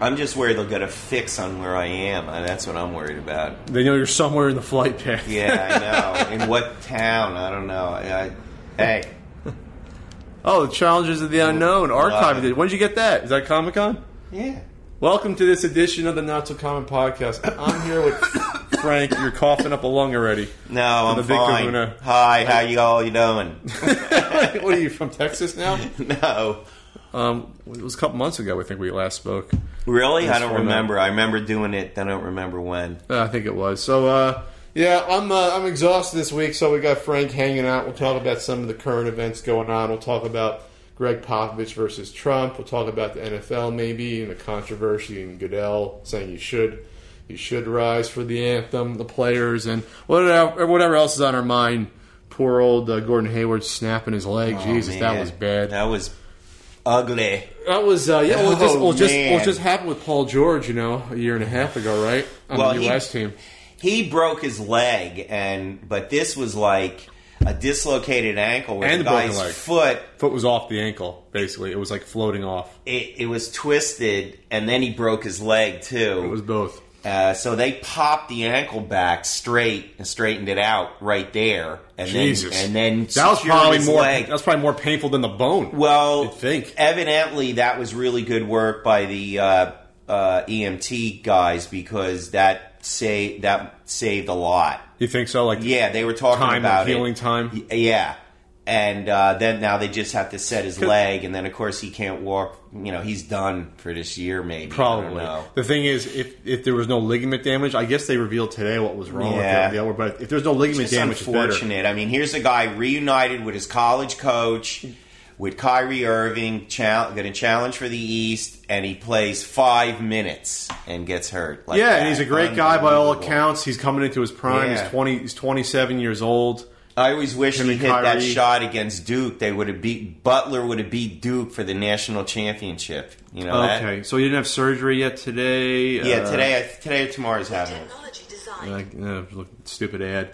I'm just worried they'll get a fix on where I am. Uh, That's what I'm worried about. They know you're somewhere in the flight path. Yeah, I know. In what town? I don't know. I, hey, Oh, the Challenges of the Unknown archived Love it. it. When did you get that? Is that Comic Con? yeah. Welcome to this edition of the Not So Common Podcast. I'm here with Frank. You're coughing up a lung already. No, I'm the Big fine. kahuna. Hi, how you all you doing? what are you from Texas now? no, Um, it was a couple months ago. I think we last spoke. really, I don't format. remember. I remember doing it. I don't remember when. Uh, I think it was. So uh, yeah, I'm uh, I'm exhausted this week. So we got Frank hanging out. We'll talk about some of the current events going on. We'll talk about Greg Popovich versus Trump. We'll talk about the NFL maybe and the controversy and Goodell saying you should you should rise for the anthem, the players, and whatever whatever else is on our mind. Poor old uh, Gordon Hayward snapping his leg. Jesus, Oh, that man. was bad. That was ugly. That was uh, yeah. Well, it just, Oh, well, it just, well, it man. just happened with Paul George, you know, a year and a half ago, right? On Well, the he- U.S. team. He broke his leg, and but this was like a dislocated ankle with And a the broken guy's leg. foot. Foot was off the ankle, basically. It was like floating off. It, it was twisted, and then he broke his leg too. It was both. Uh, so they popped the ankle back straight and straightened it out right there, and Jesus. then and then That was secured probably his more. leg. That was probably more painful than the bone. well, You'd think. evidently that was really good work by the uh, uh, EMT guys because that say that saved a lot. You think so? Like Yeah, they were talking time, about like it. healing time. Y- Yeah. And uh, then now they just have to set his leg, and then of course he can't walk. You know he's done for this year, maybe. I don't Probably. know. The thing is, if if there was no ligament damage, I guess they revealed today what was wrong Yeah. with the other. But if there's no ligament It's damage, it's better. unfortunate. I mean, here's a guy reunited with his college coach, with Kyrie Irving, chal- going to challenge for the East, and he plays five minutes and gets hurt. Like Yeah, that. and he's a great guy by all Unbelievable. accounts. He's coming into his prime. Yeah. He's twenty. He's twenty seven years old. I always wish Him he and hit that Kyrie. shot against Duke. They would have beat Butler. Would have beat Duke for the national championship. You know. that? Okay, so he didn't have surgery yet today. Yeah, Uh, today, I- today or tomorrow's happening. Technology design. like uh, look, stupid ad.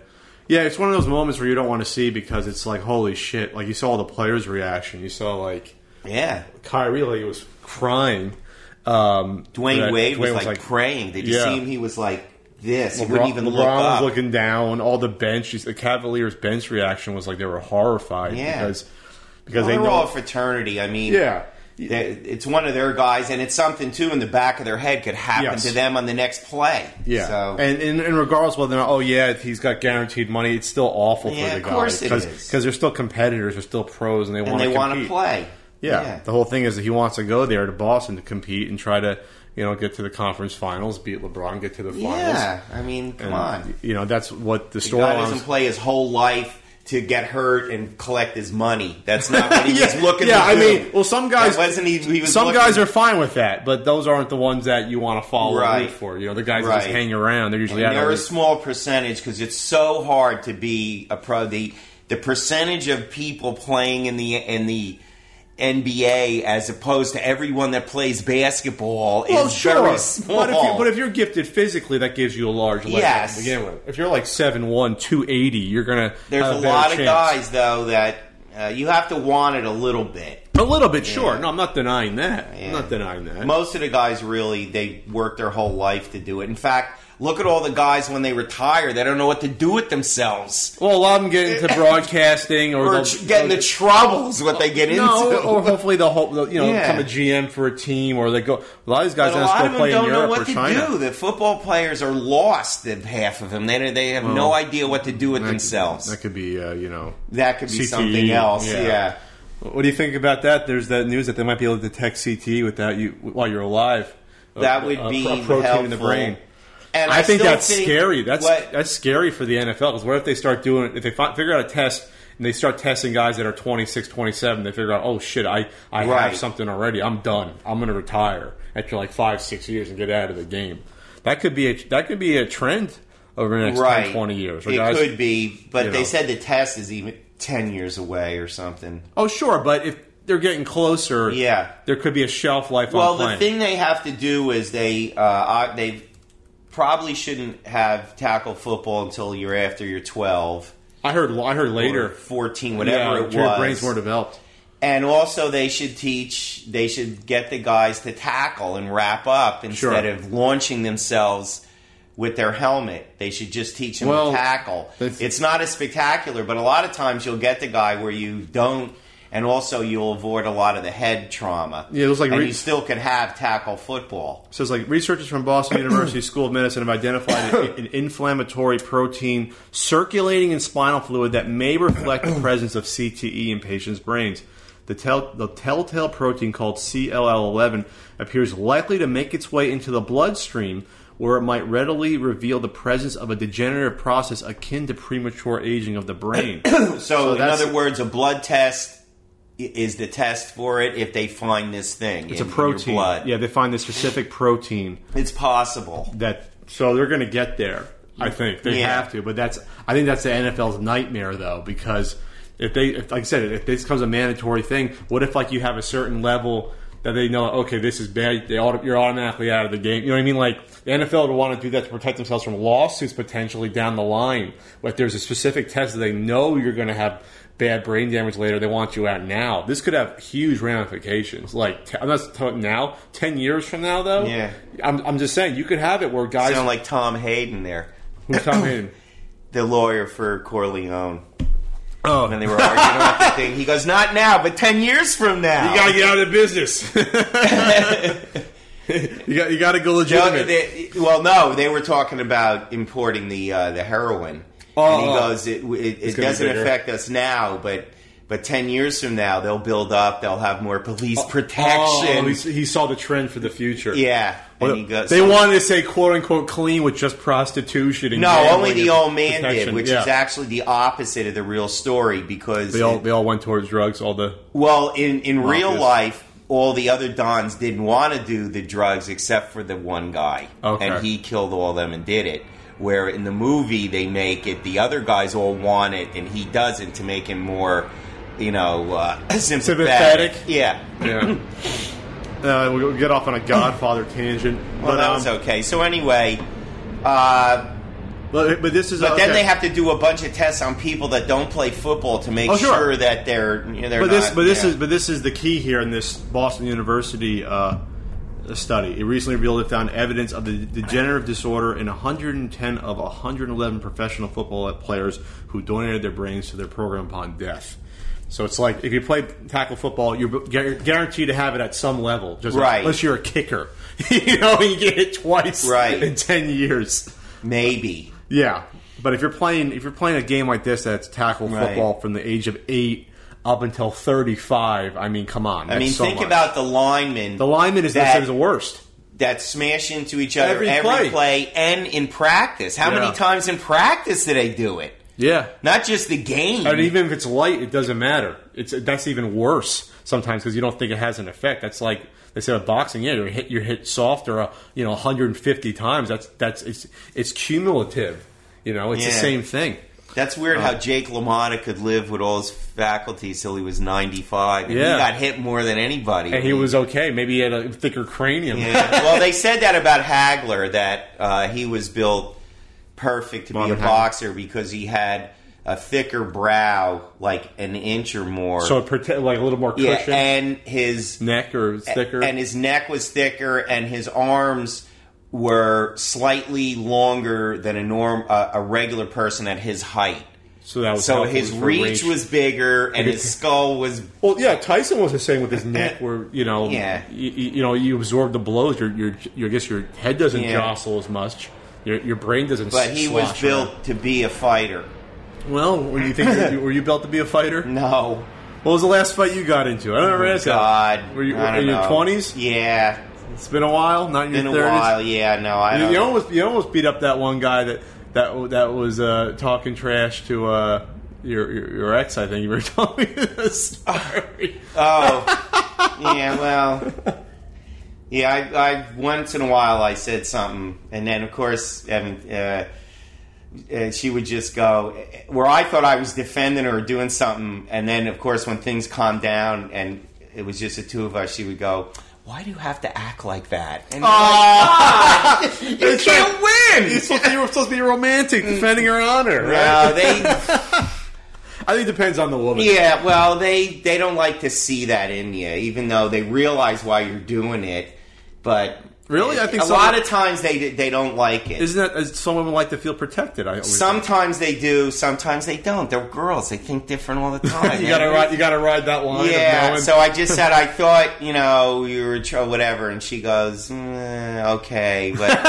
Yeah, it's one of those moments where you don't want to see because it's like holy shit. Like you saw the players' reaction. You saw like Yeah, Kyrie like was crying. Um, Dwayne that Wade was, Dwayne like, praying. Did you Yeah. see him? He was like this. he LeBron- wouldn't even look LeBron was up. looking down. All the bench, the Cavaliers' bench reaction was like they were horrified Yeah. because because They're they know, all a fraternity. I mean, yeah. They- It's one of their guys, and it's something too in the back of their head could happen Yes. to them on the next play. Yeah, So and, and and regardless whether or not, oh yeah, he's got guaranteed money, it's still awful Yeah, for the of course it is. because they're still competitors, they're still pros, and they and want they want to compete. play. Yeah. The whole thing is that he wants to go there to Boston to compete and try to, you know, get to the conference finals, beat LeBron, get to the finals. Yeah. I mean, come And, on. You know, that's what the The guy doesn't storyline play his whole life to get hurt and collect his money. That's not what he was looking yeah, to I do. mean, well, some guys, That wasn't he, he was some looking- guys are fine with that, but those aren't the ones that you want to follow and Right. root for. You know, the guys that just Right. hang around. They're usually out They're a of small percentage because it's so hard to be a pro. The the percentage of people playing in the in the NBA as opposed to everyone that plays basketball well, is sure, very small. but if, you, but if you're gifted physically, that gives you a large leg Yes. to begin with. If you're like 7'1", 280, you're gonna there's have a better lot of chance. guys though that uh, you have to want it a little bit. a little bit, sure. No, I'm not denying that. I'm Yeah. not denying that. Most of the guys really they work their whole life to do it. In fact, look at all the guys when they retire; they don't know what to do with themselves. Well, a lot of them get into broadcasting or, Or they'll- tr- get into troubles, what they get no, into. or hopefully they'll hope they'll, you know Yeah. become a GM for a team or they go. A lot of these guys But a end lot up still of them playing don't know Europe what or to China. do. The football players are lost. The half of them, they they have no idea what to do with That- themselves. That could be uh, you know. That could be CTE, something else. yeah. Yeah. What do you think about that? There's that news that they might be able to detect CTE without you while you're alive. that would A- a- be a protein helpful. in the brain. And I, think still that's scary. That's what- that's scary for the NFL because what if they start doing if they fi- figure out a test and they start testing guys that are 26, 27, they figure out, oh shit, I, I have Right. something already. I'm done. I'm going to retire after like five, six years and get out of the game. That could be a that could be a trend over the next 10, 20 years. where It guys- could be, you but they know. said the test is even ten years away or something. Oh sure, but if they're getting closer, Yeah. there could be a shelf life. Well, on the playing. thing they have to do is they uh, uh, they probably shouldn't have tackle football until you're after you're twelve I heard I heard or later, fourteen, yeah, whatever it was. your brain's more developed. And also, they should teach. They should get the guys to tackle and wrap up instead Sure. of launching themselves with their helmet. They should just teach them Well, to tackle. that's- It's not as spectacular, but a lot of times you'll get the guy where you don't, and also you'll avoid a lot of the head trauma. Yeah, it was like and re- you still could have tackle football. So it's like researchers from Boston University School of Medicine have identified an, an inflammatory protein circulating in spinal fluid that may reflect the presence of CTE in patients' brains. The, tell, the telltale protein called CLL11 appears likely to make its way into the bloodstream, where it might readily reveal the presence of a degenerative process akin to premature aging of the brain. So, in that's- other words, a blood test i- is the test for it if they find this thing. it's a protein. blood. Yeah, they find this specific protein. It's possible. that so they're going to get there. I think they Yeah. have to, but that's I think that's the NFL's nightmare though because if they if, like I said if this becomes a mandatory thing, what if like you have a certain level that they know okay this is bad they auto, you're automatically out of the game. You know what I mean? Like the NFL would want to do that to protect themselves from lawsuits potentially down the line. But there's a specific test that they know you're going to have bad brain damage later. They want you out now. This could have huge ramifications. Like t- I'm not talking now, ten years from now though. Yeah. I'm, I'm just saying you could have it where guys Sound like Tom Hayden there, who come in. the lawyer for Corleone. Oh, And they were arguing about the thing. He goes, "Not now, but ten years from now." you gotta get out of the business. you got you gotta go No, legitimate. they- well, no, they were talking about importing the uh, the heroin. Oh, and he oh. goes, "It, it, it gonna be doesn't bigger. affect us now, but." But ten years from now, they'll build up. They'll have more police protection. Oh, he, he saw the trend for the future. yeah, Well, and he goes, they wanted to say "quote unquote" clean with just prostitution. And No, gambling only the and old man did, protection. which Yeah. is actually the opposite of the real story because, they all they all went towards drugs. All the well, in, in real Obvious. life, all the other Dons didn't want to do the drugs except for the one guy. Okay. And he killed all them and did it. Where in the movie, they make it the other guys all want it and he doesn't to make him more, you know, uh, sympathetic. Sympathetic? Yeah. yeah. Uh, we'll get off on a Godfather tangent, Well, but that um, was okay. So, anyway. Uh, but, but this is but okay. then they have to do a bunch of tests on people that don't play football to make Oh, sure. sure that they're, you know, they're but this not- but this yeah. is but this is the key here in this Boston University uh, study. It recently revealed it found evidence of the degenerative disorder in 110 of 111 professional football players who donated their brains to their program upon death. So it's like if you play tackle football, you're gu- guaranteed to have it at some level, just Right. unless you're a kicker. you know, you get hit twice Right. in 10 years. Maybe. Yeah, but if you're playing if you're playing a game like this that's tackle Right. football from the age of eight up until thirty five, I mean, come on. I mean, think about the linemen. the lineman is that, necessarily the worst. that smash into each other every, Every play. play and in practice. How Yeah. many times in practice do they do it? Yeah, Not just the game. and even if it's light, it doesn't matter. It's that's even worse sometimes because you don't think it has an effect. That's like they say with boxing. Yeah, you're hit you're hit soft or uh, you know 150 times. That's that's it's it's cumulative. You know, it's the Yeah. same thing. That's weird Uh. how Jake LaMotta could live with all his faculty till he was 95. And Yeah. He got hit more than anybody. And he was okay. Maybe he had a thicker cranium. Yeah. well, they said that about Hagler that uh, he was built perfect to Marvin be Hagler. a boxer because he had a thicker brow, like an inch or more. So it prote- like a little more yeah, cushion. and his neck or thicker. and his neck was thicker, and his arms were slightly longer than a norm a, a regular person at his height. so that was So helpful his for reach, was bigger, and his skull was well. Yeah, Tyson was the same with his neck, where you know, Yeah. y- y- you, know, you absorb the blows. Your your, your I guess your head doesn't Yeah. jostle as much. Your, your brain doesn't. but he was slosh built around. to be a fighter. Well, were you think were you built to be a fighter? No, What was the last fight you got into? I don't remember. asking. God, were you I don't in your know. twenties? Yeah, It's been a while. Not in your been a 30s? while. Yeah, no, I You, don't. you almost you almost beat up that one guy that that that was uh, talking trash to uh, your, your your ex. I think you were telling me this story. oh, yeah. Well, yeah. I, I once in a while I said something, and then of course, I mean, uh, uh, she would just go where I thought I was defending her or doing something, and then of course when things calmed down and it was just the two of us, she would go. Why do you have to act like that? And you're like, "God, you Ah, It's can't win. Mm. You're supposed, to, you were supposed to be romantic, defending her honor. Right? No, they. I think it depends on the woman. Yeah, well, they they don't like to see that in you, even though they realize why you're doing it. But Really? I think a some- lot of times they they don't like it. Isn't that is some women like to feel protected? I always Sometimes they do, sometimes they don't. They're girls; they think different all the time. you gotta Every- ride. You gotta ride that line. Of Yeah. knowing. So I just said I thought you know you were tr- whatever, and she goes, "Mm, okay, but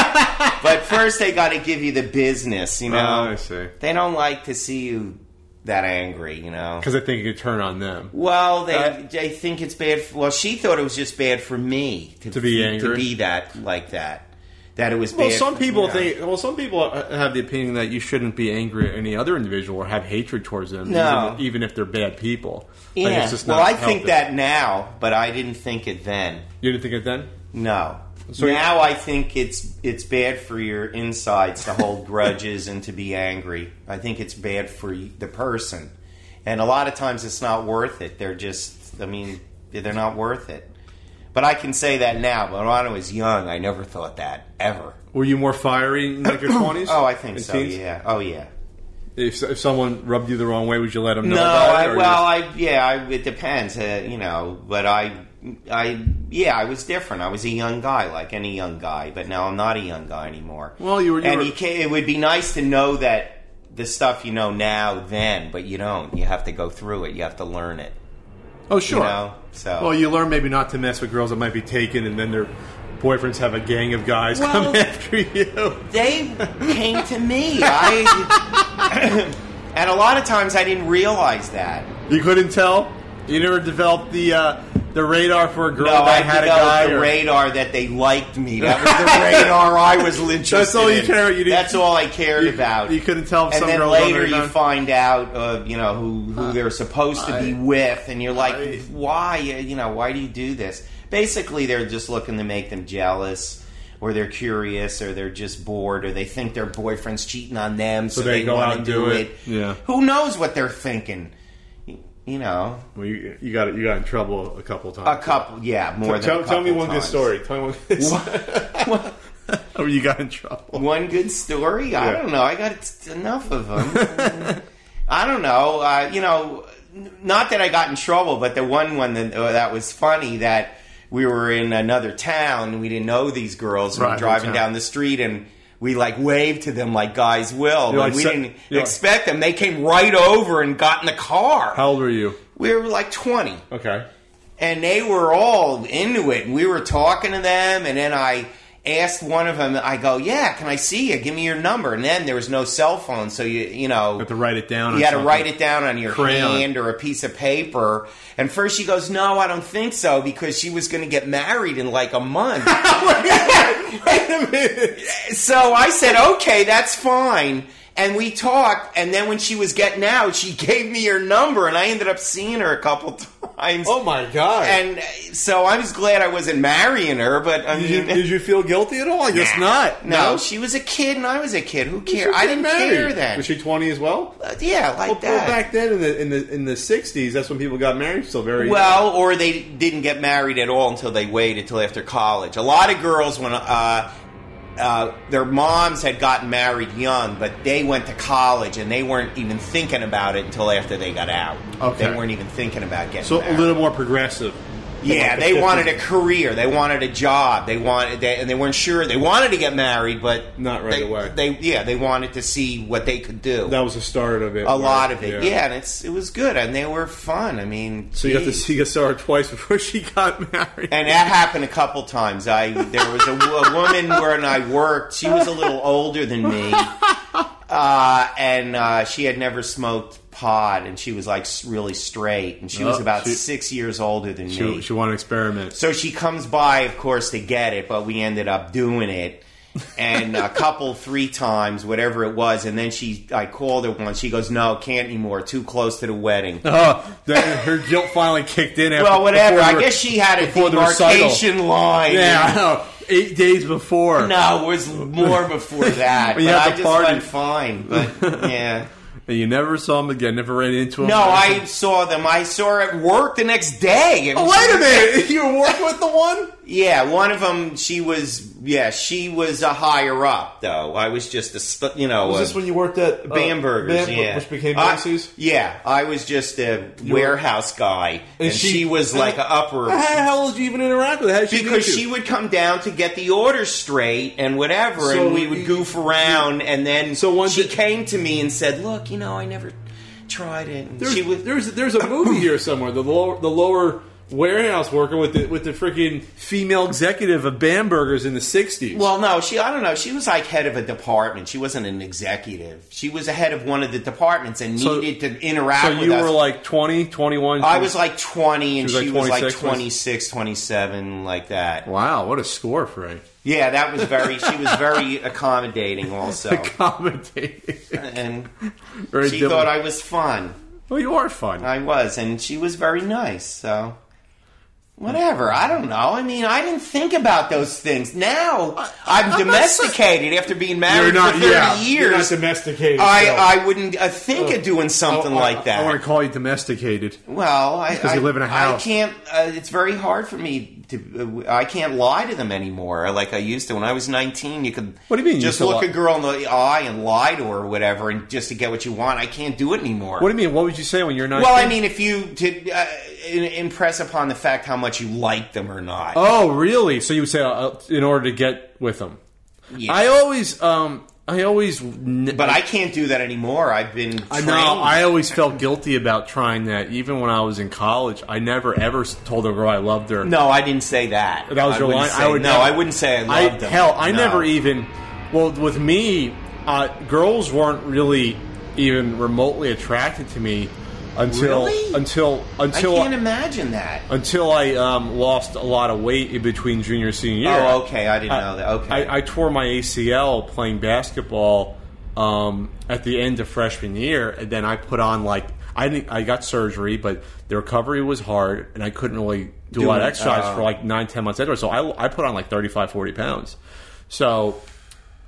but first they got to give you the business, you Oh, know. I see. They don't like to see you that angry, you know. Because I think it could turn on them. Well, they Uh, they think it's bad. For, well, she thought it was just bad for me To be angry? to be that like that. That it was Well, bad some for- people you know. think. Well, some people uh, have the opinion that you shouldn't be angry at any other individual or have hatred towards them, No. even, even if they're bad people. Yeah. Like, it's just well, not I think healthy. that now, but I didn't think it then. you didn't think of then. No. So- now I think it's it's bad for your insides to hold grudges and to be angry. I think it's bad for y- the person, and a lot of times it's not worth it. They're just, I mean, they're not worth it. But I can say that now. But when I was young, I never thought that ever. Were you more fiery in like your twenties? Oh, I think so. Yeah. Oh, yeah. If, if someone rubbed you the wrong way, would you let them know? No, about it, I, or well, I yeah, I, it depends, uh, you know. But I, I yeah, I was different. I was a young guy, like any young guy. But now I'm not a young guy anymore. Well, you were- you and were- you can, it would be nice to know that the stuff you know now, then, but you don't. You have to go through it. You have to learn it. just- oh, sure. You know. So Well, you learn maybe not to mess with girls that might be taken, and then their boyfriends have a gang of guys Well- come after you. they came to me. I and a lot of times I didn't realize that. You couldn't tell. You never developed the uh, the radar for a girl No, I that had a developed guy. the or- radar that they liked me. That was the radar I was interested. That's all you in. care- you didn't- That's all I cared you- about. you couldn't tell if And some then girl was later under you done. find out, uh, you know, who who they're supposed to be I- with, and you're like, I- why? uh, You know, why do you do this? Basically, they're just looking to make them jealous. Or they're curious, or they're just bored, or they think their boyfriend's cheating on them, so, they go wanna out and do it. Yeah. Who knows what they're thinking? Y- You know, Well, you, you got you got in trouble a couple a times. couple, yeah, more than. a Tell, tell me couple one good times. story. Tell me one good story. Or you got in trouble. one good story. I Yeah. don't know. I got t- enough of them. I don't know. Uh, you know, n- not that I got in trouble, but the one one that uh, that was funny that we were in another town. We didn't know these girls. We were Right, driving town. down the street and. We like waved to them like guys will, but like, we "Se- didn't you're like- expect them. They came right over and got in the car. How old were you? we were like twenty Okay. and they were all into it. And we were talking to them, and then I asked one of them, I go, "Yeah, can I see you? Give me your number." And then there was no cell phone, so you you know You have to write it down. you had to write it down on your Crayon. hand or a piece of paper. And first she goes, "No, I don't think so," because she was going to get married in like a month. so I said, "Okay, that's fine." And we talked, and then when she was getting out, she gave me her number, and I ended up seeing her a couple times. Oh my god! And uh, so I was glad I wasn't marrying her, but I mean, did you, did you feel guilty at all? I guess not. No, she was a kid and I was a kid. Who cared? I didn't Married. care then. Was she twenty as well? Uh, yeah, like Well, well, that. back then in the in the in the sixties, that's when people got married. Still very well, or they didn't get married at all until they waited till after college. A lot of girls when uh, uh, their moms had gotten married young, but they went to college and they weren't even thinking about it until after they got out. Okay. They weren't even thinking about getting So a married. little more progressive. Yeah, Like the they 50s. wanted a career. They wanted a job. They wanted, they, and they weren't sure. They wanted to get married, but Not right they, away. They yeah, they wanted to see what they could do. That was the start of it. a lot of it, yeah. and it's it was good, and they were fun. I mean, So you got to geez. see you saw her twice before she got married. And that happened a couple times. I there was a, wo- a woman where I worked. She was a little older than me, uh, and uh, she had never smoked pot, and she was like s- really straight, and she was Oh, about she- six years older than me. she, she wanted to experiment. So she comes by, of course, to get it, but we ended up doing it. and a couple, three times, whatever it was, and then she, I called her once. She goes, "No, can't anymore. Too close to the wedding." Oh, then her guilt finally kicked in. After, well, whatever. before I her- guess she had a before the recital. demarcation line. Yeah, I know. eight days before. No, it was more before that. When you but had I the just party. went fine. But yeah, and you never saw him again. Never ran into him. No, I saw them. I saw her at work the next day. It Oh, was- wait a minute! You were working with the one? Yeah, one of them. She was. Yeah, she was a higher up though. I was just a. st- You know, Was a- this when you worked at uh, Bambergers, Bamber- Oh, yeah, which became I- Macy's? Yeah, I was just a were- warehouse guy, and, she- she, was like an upper How the hell did you even interact with her? How did she because meet you? she would come down to get the order straight and whatever, So and we would you- goof around, and then So one she di- came to me and said, "Look, you know, I never tried it." And There's, she was there's there's a movie here somewhere. The lower the lower warehouse worker with the with the freaking female executive of Bambergers in the '60s. Well, no, she. I don't know. She was like head of a department. She wasn't an executive. She was a head of one of the departments and So- needed to interact. so with you us. were like 20, 21. I was like twenty, and She was she like was like 26, 26, 27, like that. wow, what a score, Frank. Yeah, that was very. She was very accommodating, also, Accommodating. and Very she different. thought I was fun. well, you are fun. I was, and she was very nice. So, whatever. I don't know. I mean, I didn't think about those things. Now I'm, not domesticated after being married for thirty years. domesticated. Oh, I, I wouldn't uh, think of doing something like that. I want to call you domesticated. well, I, you I live in a house. I can't. Uh, it's very hard for me to. Uh, I can't lie to them anymore, like I used to when I was nineteen. You could. What do you mean you Just used to look lie? a girl in the eye and lie to her or whatever, and just to get what you want. I can't do it anymore. What do you mean? What would you say when you're not? well, I mean, if you to uh, in- impress upon the fact how much you like them or not. Oh, really? So you would say uh, in order to get with them? Yeah. I always, um, I always, but I can't do that anymore. I've been. Trained. I know. I always felt guilty about trying that. Even when I was in college, I never ever s- told a girl I loved her. no, I didn't say that. That was I your wouldn't line? say- I would no, never- I wouldn't say I I loved them. hell, I No. never even. Well, with me, uh, girls weren't really even remotely attracted to me until Really? until I until can't imagine that. until I um, lost a lot of weight in between junior and senior year. Oh, okay. I didn't know that. Okay. I, I tore my ACL playing basketball um, at the end of freshman year, and then I put on like I didn't, I got surgery, but the recovery was hard, and I couldn't really do, a lot of it, exercise oh. for like nine, ten months after. So I, I put on like 35, 40 pounds. So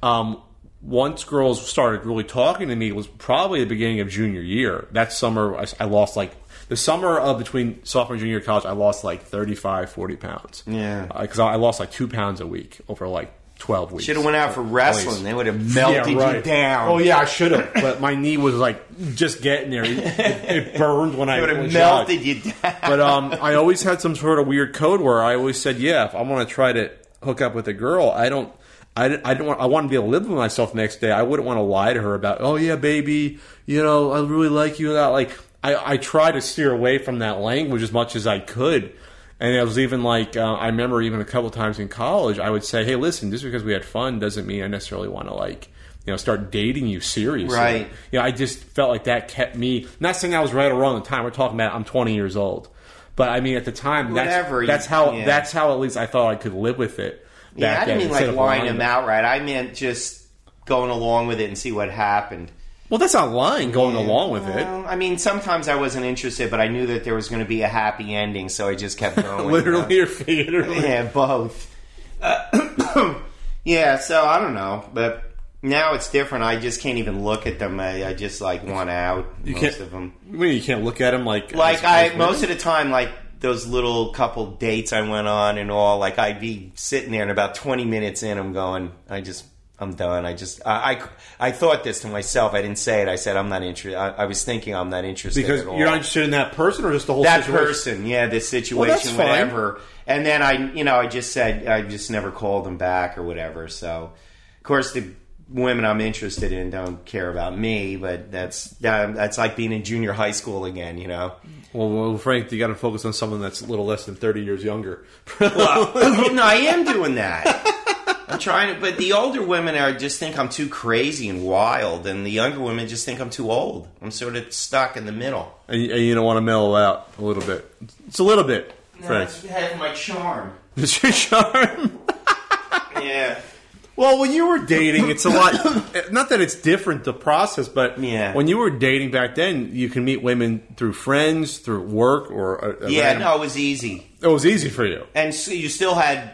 um, once girls started really talking to me was probably the beginning of junior year. That summer, I, I lost like the summer of between sophomore and junior year of college, I lost like 35, 40 pounds. Yeah. Because Uh, I lost like two pounds a week over like 12 weeks. should have went out for wrestling. They would have melted you down. Oh, yeah, I should have. but my knee was like just getting there. It, it burned when I They would when I have shot. melted you down. But um, I always had some sort of weird code where I always said, "Yeah, if I want to try to hook up with a girl, I don't, I, don't- I don't want, I want to be able to live with myself the next day. I wouldn't want to lie to her about, oh yeah, baby, you know, I really like you. and That like, I, I try to steer away from that language as much as I could. And it was even like uh, I remember even a couple times in college, I would say, "Hey, listen, just because we had fun doesn't mean I necessarily want to like." You know, start dating you seriously. Right. You know, I just felt like that kept me. Not saying I was right or wrong at the time. We're talking about I'm 20 years old, but I mean at the time, Whatever, you- that's, that's how yeah. that's how at least I thought I could live with it. Yeah, back I didn't then, mean instead like of lying them about- outright. I meant just going along with it and see what happened. Well, that's not lying. Going along with it, Well, I mean, sometimes I wasn't interested, but I knew that there was going to be a happy ending, so I just kept going. literally or figuratively. Yeah, both. Uh, yeah, so I don't know, but now it's different. I just can't even look at them. I, I just like want out. most can't- of them. I mean, you can't look at him like Like as- I, as- most of the time, like those little couple dates I went on and all. Like I'd be sitting there, and about twenty minutes in, I'm going. I just. I'm done. I just I, I I thought this to myself. I didn't say it. I said I'm not interested. I, I was thinking I'm not interested because at all you're not interested in that person or just the whole that situation? person, yeah, this Well, that's situation, fine. whatever. And then I, you know, I just said I just never called them back or whatever. So, of course, the women I'm interested in don't care about me, but that's that, that's like being in junior high school again, you know. Well, well, Frank, you got to focus on someone that's a little less than 30 years younger. no, I am doing that. I'm trying to, but the older women are just think I'm too crazy and wild, and the younger women just think I'm too old. I'm sort of stuck in the middle. and, and you don't want to mellow out a little bit. It's a little bit, Frank. That's half my charm. It's your charm. Yeah. Well, when you were dating, it's a lot. not that it's different, the process, but Yeah. when you were dating back then, you can meet women through friends, through work, or uh, a, a Yeah, random- no, it was easy. it was easy for you. and so you still had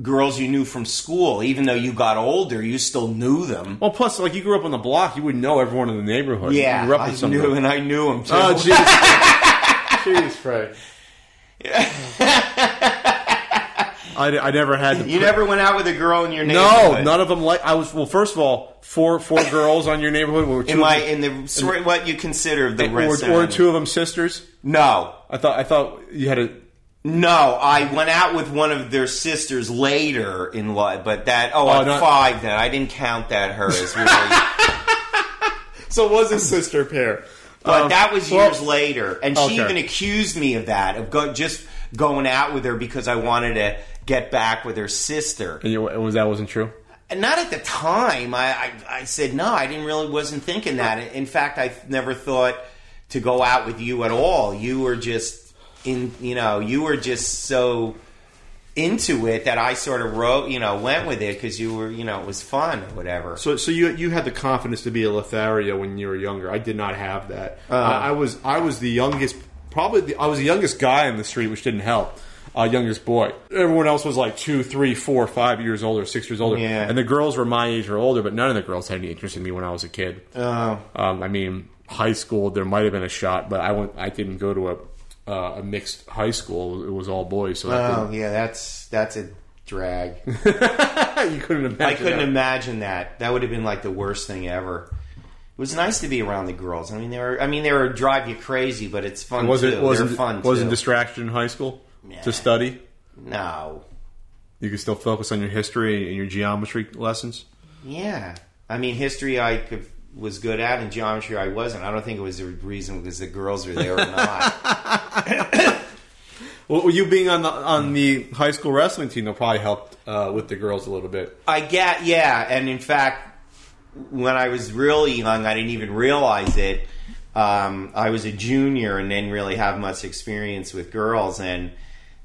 girls you knew from school, even though you got older, you still knew them. Well, plus, like you grew up on the block, you wouldn't know everyone in the neighborhood. yeah, you grew up I with some. knew, and I knew them too. Oh, jeez. jeez, Frank. I, I never had. The you never went out with a girl in your neighborhood. no, none of them like. I was well. First of all, four four girls on your neighborhood were two In of my them- in the sort of what you consider the were, rest. were two of them sisters. No, I thought I thought you had a. no. I went out with one of their sisters later in life, but that oh, I'm not- five then. I didn't count that her as really. So it was a sister pair. But Um, that was well- years later, and she Okay. even accused me of that of go, just going out with her because I wanted to get back with her sister. And you, it was that wasn't true. And not at the time. I, I I said no. I didn't really wasn't thinking that. In fact, I never thought to go out with you at all. You were just in. You know, you were just so into it that I sort of wrote. You know, went with it because you were. You know, it was fun or whatever. So, so you you had the confidence to be a Lothario when you were younger. I did not have that. Uh. I, I was I was the youngest, probably the, I was the youngest guy in the street, which didn't help. Uh, youngest boy. Everyone else was like two, three, four, five years older, six years older. Yeah. And the girls were my age or older, but none of the girls had any interest in me when I was a kid. Oh. Um, I mean, high school there might have been a shot, but I went. I didn't go to a uh, a mixed high school. It was all boys, so that oh yeah, that's that's a drag. didn't, you couldn't imagine. I couldn't that. imagine that. That would have been like the worst thing ever. It was nice to be around the girls. I mean, they were. I mean, they were drive you crazy, but it's fun Was too. it wasn't They're fun wasn't too. distraction in high school Nah. to study? no. You could still focus on your history and your geometry lessons. Yeah. I mean, history I could, was good at, and geometry I wasn't. I don't think it was the reason because the girls were there or not. Well, you being on the on the high school wrestling team, will probably helped uh, with the girls a little bit. I get. Yeah, and in fact, when I was really young, I didn't even realize it. Um, I was a junior and didn't really have much experience with girls. And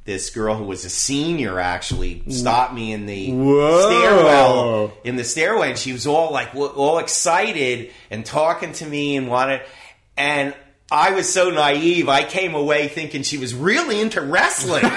this girl who was a senior actually stopped me in the Whoa. stairwell. In the stairway, and she was all like, w- all excited and talking to me and wanted. And I was so naive. I came away thinking she was really into wrestling. but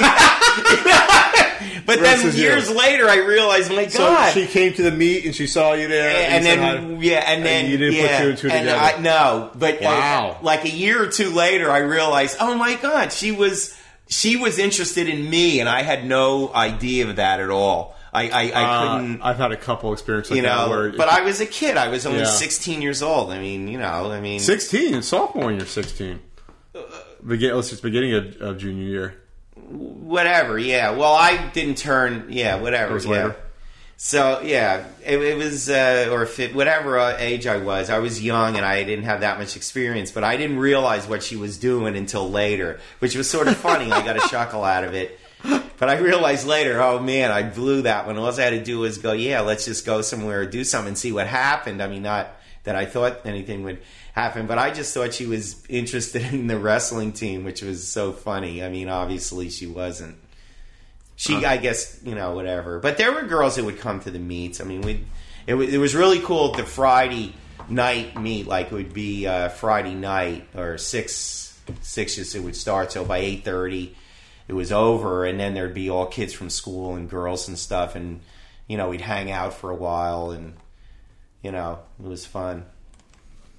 then Versus you. years later, I realized, "Oh my God, So she came to the meet and she saw you there, and, said then hi. yeah, and then you didn't put yeah, two and two and together. I, no, but Wow. uh, like a year or two later, I realized, oh my god, she was she was interested in me, and I had no idea of that at all. I I, I Uh, couldn't, I've had a couple experiences, like you know. that where but I was a kid; I was only Yeah. sixteen years old. I mean, you know, I mean, sixteen it's sophomore when you're sixteen. Begin, let's just beginning of, of junior year. whatever. Yeah. Well, I didn't turn. Yeah. Whatever. was yeah. later. So yeah, it, it was uh, or if it, whatever uh, age I was, I was young and I didn't have that much experience, but I didn't realize what she was doing until later, which was sort of funny. I got a chuckle out of it, but I realized later, oh man, I blew that one. All I had to do was go, yeah, let's just go somewhere, do something, and see what happened. I mean, not that I thought anything would happen, but I just thought she was interested in the wrestling team, which was so funny. I mean, obviously she wasn't. She, I guess, you know, whatever. But there were girls that would come to the meets. I mean, we, it, wa- it was really cool at the Friday night meet. Like it would be uh, Friday night or six sixes. It would start so by eight thirty, it was over, and then there'd be all kids from school and girls and stuff, and you know we'd hang out for a while, and you know it was fun.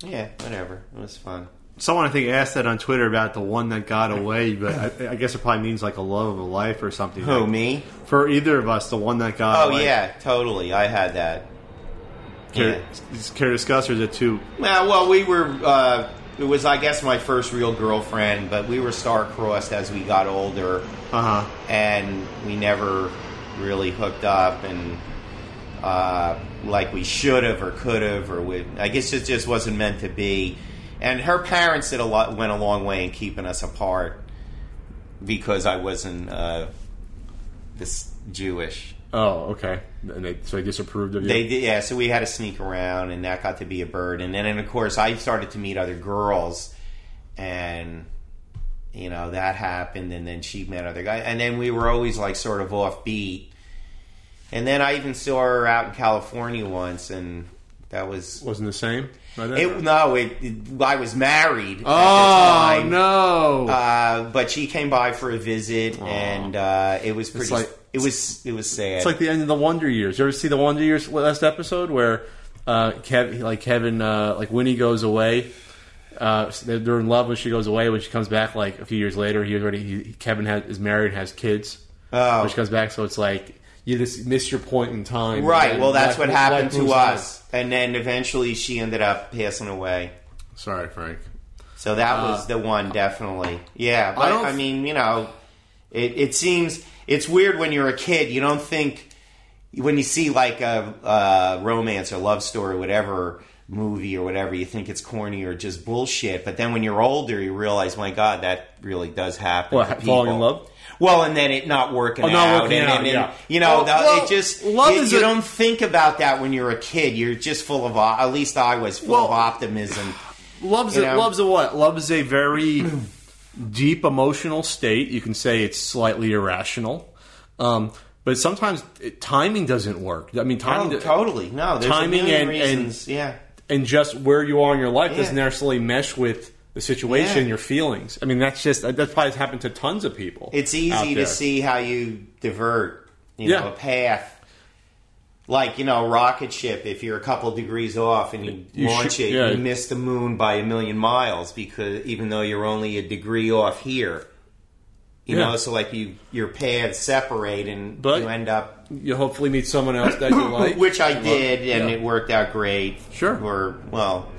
Yeah, whatever. It was fun. Someone I think asked that on Twitter about the one that got away, but I, I guess it probably means like a love of a life or something. Who me? For either of us, the one that got Oh yeah, totally. I had that. Care, Yeah. care to discuss, or is it too? Well, well, we were. Uh, it was, I guess, my first real girlfriend, but we were star-crossed as we got older, Uh huh. and we never really hooked up, and uh, like we should have or could have, or we, I guess it just wasn't meant to be. And her parents did a lot, went a long way in keeping us apart because I wasn't uh, this Jewish. Oh, okay. And they so they disapproved of you. They did, yeah. So we had to sneak around, and that got to be a burden. And then, and of course, I started to meet other girls, and you know that happened. And then she met other guys, and then we were always like sort of offbeat. And then I even saw her out in California once, and that was wasn't the same. by then? it. No, it, it- I was married. at the oh time. no! Uh, but she came by for a visit, and uh, it was pretty. it's like It was it was sad. It's like the end of the Wonder Years. You ever see the Wonder Years last episode where uh, Kev, like Kevin, uh, like Winnie goes away. Uh, they're they're in love when she goes away. When she comes back, like a few years later, he already he, Kevin has, is married, and has kids. Oh. When she comes back, so it's like you just miss your point in time. right. And Well, that's life- what life happened to moves on. us, and then eventually she ended up passing away. Sorry, Frank. So that was the one, definitely. Yeah, but Uh, don't I, f- mean, you know, it, it seems it's weird when you're a kid. You don't think when you see like a, a romance or love story, or whatever movie or whatever, you think it's corny or just bullshit. But then when you're older, you realize, my God, that really does happen. What, to people. falling in love? Well, and then it not working Oh, not out, working and, out, and then, yeah. you know, Well, the- well, it just love you, is you a- don't think about that when you're a kid. You're just full of op- at least I was full of Well- optimism. Love's You a, know? love's a what? Love's a very deep emotional state. You can say it's slightly irrational, um, but sometimes it, timing doesn't work. I mean, Oh, timing. totally. No, there's timing a million and- and- reasons. yeah. and just where you are in your life doesn't Yeah. necessarily mesh with the situation, Yeah. your feelings. I mean, that's just that probably has happened to tons of people. It's out easy there. to see how you divert, you Yeah. know, a path. Like, you know, a rocket ship, if you're a couple degrees off and you, You launch shoot- it, yeah. you miss the moon by a million miles because even though you're only a degree off here. You Yeah. know, so like you your paths separate and But- you end up You hopefully meet someone else that you like, which I Well, did and yeah. it worked out great. Sure. For well,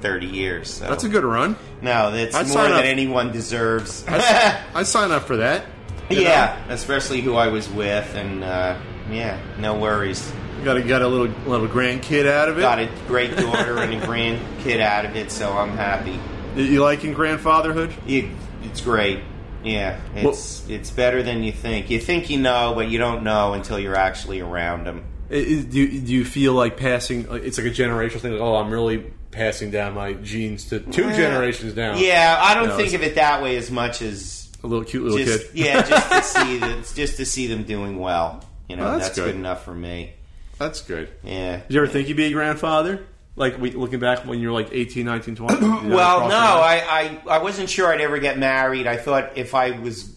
thirty years. So. That's a good run. no, that's I'd more sign than up. anyone deserves. I sign up for that. you Yeah, especially who I was with, and uh, yeah, no worries. know? got a got a little little grandkid out of it. Got a great daughter and a grandkid out of it, so I'm happy. You liking grandfatherhood? It, it's great. Yeah, it's it's better than you think. You think you know, but you don't know until you're actually around them. I- is- do, you- do you feel like passing? like, It's like a generational thing. Like, oh, I'm really passing down my genes to two generations down. Yeah, I don't No, think it's- of it that way as much as a little cute little just kid. yeah, just to see that, just to see them doing well. You know, Well, that's that's, good. good. enough for me. That's good. Yeah. Did you ever think you'd be a grandfather? Like we, looking back when you were like 18, 19, 20? Well, no, I, I, I wasn't sure I'd ever get married. I thought if I was,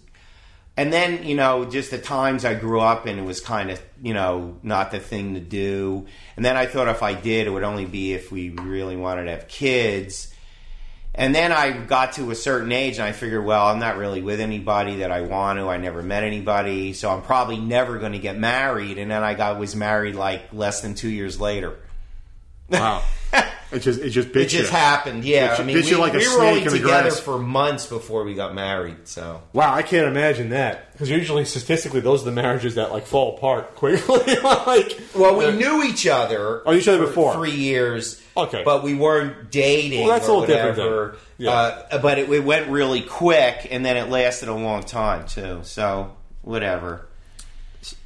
and then you know, just the times I grew up and it was kind of you know not the thing to do. And then I thought if I did, it would only be if we really wanted to have kids. And then I got to a certain age and I figured, well, I'm not really with anybody that I want to. I never met anybody, so I'm probably never going to get married. And then I got was married like less than two years later. Wow. It just it just bit It just you. happened, yeah. Bit you- I mean, bit we, you like a we snake were only in the together grass. for months before we got married, so Wow, I can't imagine that because usually statistically those are the marriages that like fall apart quickly. like, well, we knew each other. Oh, each other for before. three years. Okay. but we weren't dating. Well, that's or a little different whatever. then. Yeah. Uh, but it, it went really quick, and then it lasted a long time too. So whatever.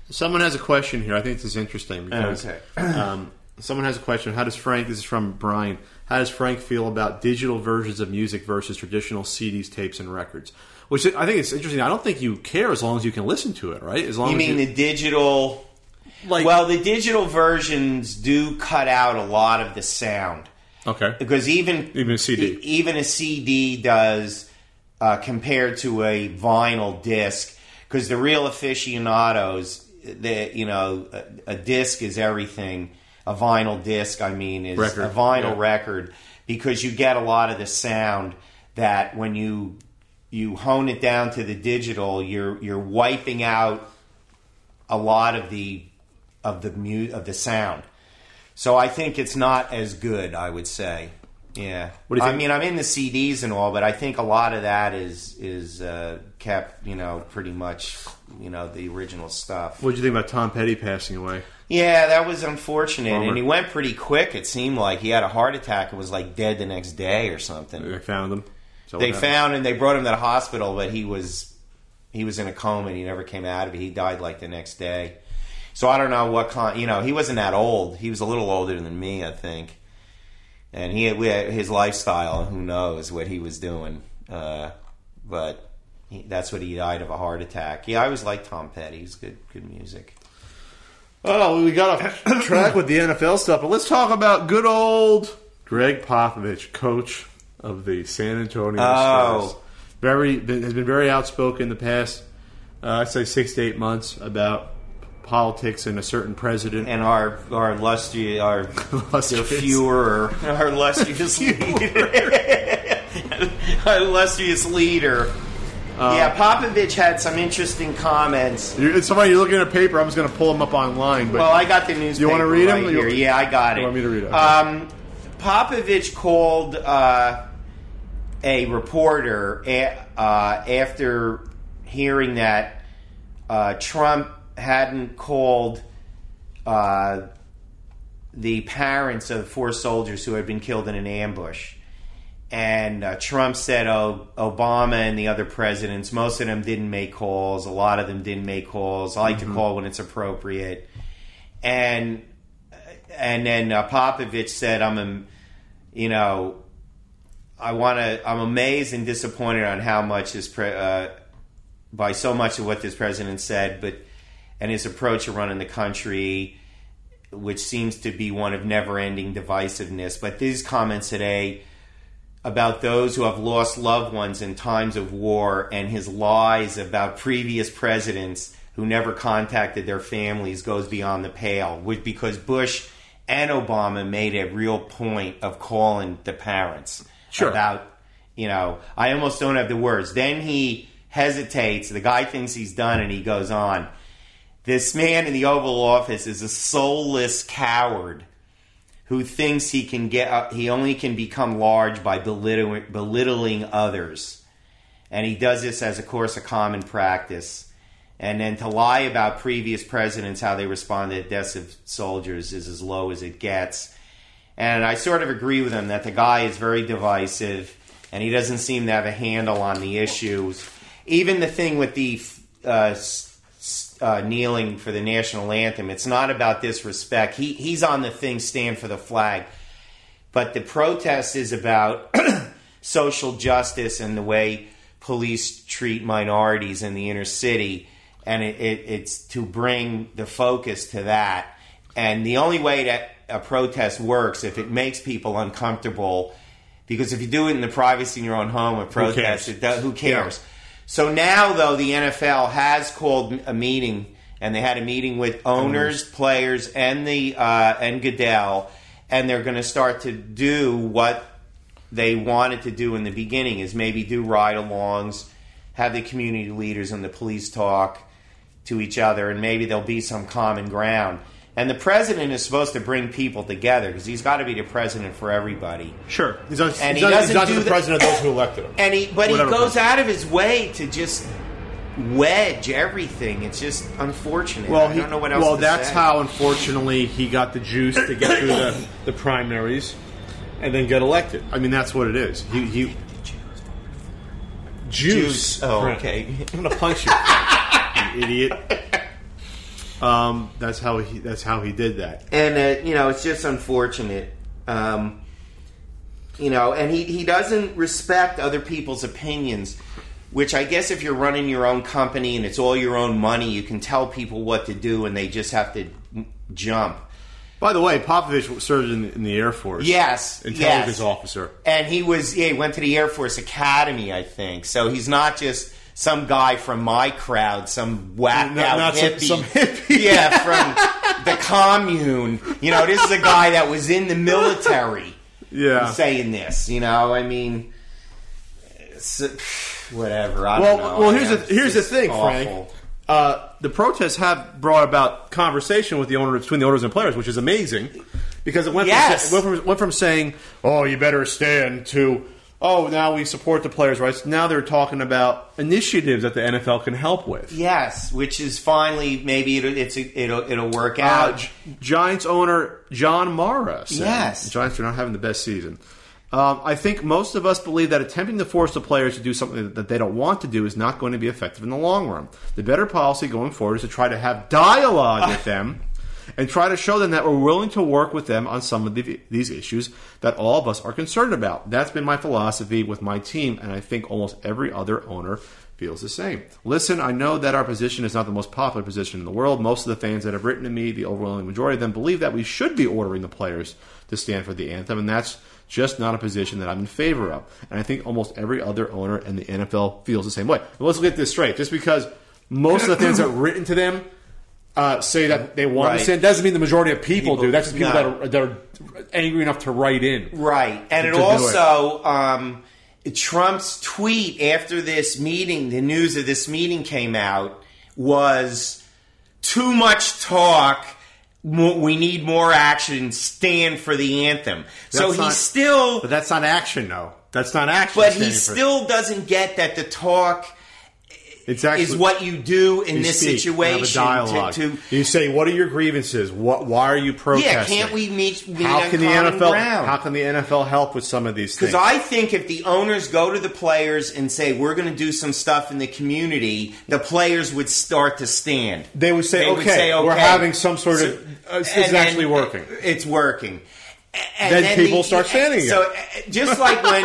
Someone has a question here. I think this is interesting because Okay. um, someone has a question. How does Frank? This is from Brian. How does Frank feel about digital versions of music versus traditional CDs, tapes, and records? Which I think it's interesting. I don't think you care as long as you can listen to it, right? As long You as mean the digital? like Well, the digital versions do cut out a lot of the sound. okay, because even Even a CD. e- even a CD does uh, compared to a vinyl disc because the real aficionados that you know a, a disc is everything a vinyl disc I mean is Record, a vinyl yeah. record because you get a lot of the sound that when you you hone it down to the digital you're you're wiping out a lot of the of the mu- of the sound. So I think it's not as good. I would say, yeah. What do you I think? mean, I'm in the CDs and all, but I think a lot of that is is uh, kept, you know, pretty much, you know, the original stuff. what do you think about Tom Petty passing away? Yeah, that was unfortunate, Bummer. and he went pretty quick. It seemed like he had a heart attack and was like dead the next day or something. They found him. So They what happened? found and they brought him to the hospital, but he was he was in a coma and he never came out of it. He died like the next day. So I don't know what kind. You know, he wasn't that old. He was a little older than me, I think. And he had, we had his lifestyle. Who knows what he was doing? Uh, but he, that's what he died of a heart attack. Yeah, I was like Tom Petty. He's good, good music. Oh, we got off track with the NFL stuff, but let's talk about good old Greg Popovich, coach of the San Antonio Oh. Spurs. Very been, has been very outspoken in the past uh, I'd say six to eight months about politics and a certain president. and our our lusty our Illustrious. fewer our illustrious leader our illustrious leader. Uh, yeah, Popovich had some interesting comments. You're, it's somebody you're looking at a paper. I'm just going to pull them up online. But Well, I got the newspaper. wanna read 'em? right You- Here. Yeah, I got You it. want me to read it? Okay. Um, Popovich called uh, a reporter a- uh, after hearing that uh, Trump hadn't called uh, the parents of four soldiers who had been killed in an ambush. And uh, Trump said, "Oh, Obama and the other presidents, most of them didn't make calls. A lot of them didn't make calls. I like to call when it's appropriate." And and then uh, Popovich said, "I'm, am- you know, I want to. I'm amazed and disappointed on how much this pre- uh, by so much of what this president said, but and his approach to running the country, which seems to be one of never-ending divisiveness. But these comments today." About those who have lost loved ones in times of war, and his lies about previous presidents who never contacted their families goes beyond the pale. Which, because Bush and Obama made a real point of calling the parents Sure. about, you know, I almost don't have the words. Then he hesitates. The guy thinks he's done, and he goes on. This man in the Oval Office is a soulless coward who thinks he can get uh, he only can become large by belittling, belittling others and he does this as a course of common practice and then to lie about previous presidents how they responded to deaths of soldiers is as low as it gets and i sort of agree with him that the guy is very divisive and he doesn't seem to have a handle on the issues even the thing with the uh, s- s- uh, kneeling for the national anthem it's not about disrespect he, he's on the thing stand for the flag but the protest is about social justice and the way police treat minorities in the inner city, and it, it, it's to bring the focus to that. And the only way that a protest works if it makes people uncomfortable, because if you do it in the privacy in your own home, a protest, cares? it does, who cares? So now, though, the NFL has called a meeting, and they had a meeting with owners, players, and the uh, and Goodell, and they're going to start to do what they wanted to do in the beginning: is maybe do ride-alongs, have the community leaders and the police talk to each other, and maybe there'll be some common ground. And the president is supposed to bring people together because he's got to be the president for everybody. sure. He's not, And he's he not, he's doesn't not do the the- president of those who elected him. And he, but he Whatever goes president. out of his way to just wedge everything. It's just unfortunate. Well, I he, don't know what else. well, to that's say. how unfortunately he got the juice to get through the, the primaries and then get elected. I mean, that's what it is. He, he juice. Juice. Oh, okay. I'm gonna punch you, you idiot. Um, that's how he. That's how he did that. and uh, you know it's just unfortunate. Um, you know, and he he doesn't respect other people's opinions. Which I guess if you're running your own company and it's all your own money, you can tell people what to do, and they just have to jump. By the way, Popovich served in, in the Air Force. Yes, intelligence yes. officer. and he was yeah, he went to the Air Force Academy, I think. So he's not just some guy from my crowd, some whacked Not- out not some- hippie. some hippie. yeah, from the commune. You know, this is a guy that was in the military Yeah. saying this. You know, I mean, it's, whatever. I Well, don't know. well, I here's the mean, it's here's the just thing, Frank. awful. Uh, the protests have brought about conversation with the owner between the owners and players, which is amazing because it went Yes. from, it went from went from saying, "Oh, you better stand," to "Oh, now we support the players' rights." Now they're talking about initiatives that the NFL can help with. Yes, which is finally maybe it'll it's, it'll it'll work Uh, out. Gi- Giants owner John Mara said, Yes. Giants are not having the best season. Um, I think most of us believe that attempting to force the players to do something that they don't want to do is not going to be effective in the long run. The better policy going forward is to try to have dialogue with them and try to show them that we're willing to work with them on some of the, these issues that all of us are concerned about. That's been my philosophy with my team, and I think almost every other owner feels the same. Listen, I know that our position is not the most popular position in the world. Most of the fans that have written to me, the overwhelming majority of them, believe that we should be ordering the players to stand for the anthem, and that's just not a position that I'm in favor of. And I think almost every other owner in the NFL feels the same way. But let's get this straight. Just because most of the things that are written to them uh, say that they want Right. to send. Doesn't mean the majority of people, People- do. That's just people no. that, are, that are angry enough to write in. Right. And it To do it. also, um, Trump's tweet after this meeting, the news of this meeting came out, was too much talk. mo- We need more action. Stand for the anthem. so That's he not- still, But that's not action, though. That's not action. but he standing for- still doesn't get that the talk it's actually, is what you do in you this speak, you have a situation. dialogue. To, to you say, "What are your grievances? What? Why are you protesting? yeah, can't we meet? meet How on can the common NFL? ground? How can the NFL help with some of these things? Because I think if the owners go to the players and say we're going to do some stuff in the community, the players would start to stand. they would say, They okay, would say, we're okay." having some sort of. So- uh, this and is then uh, actually working." It's working. A- And Then people start standing So uh, just like when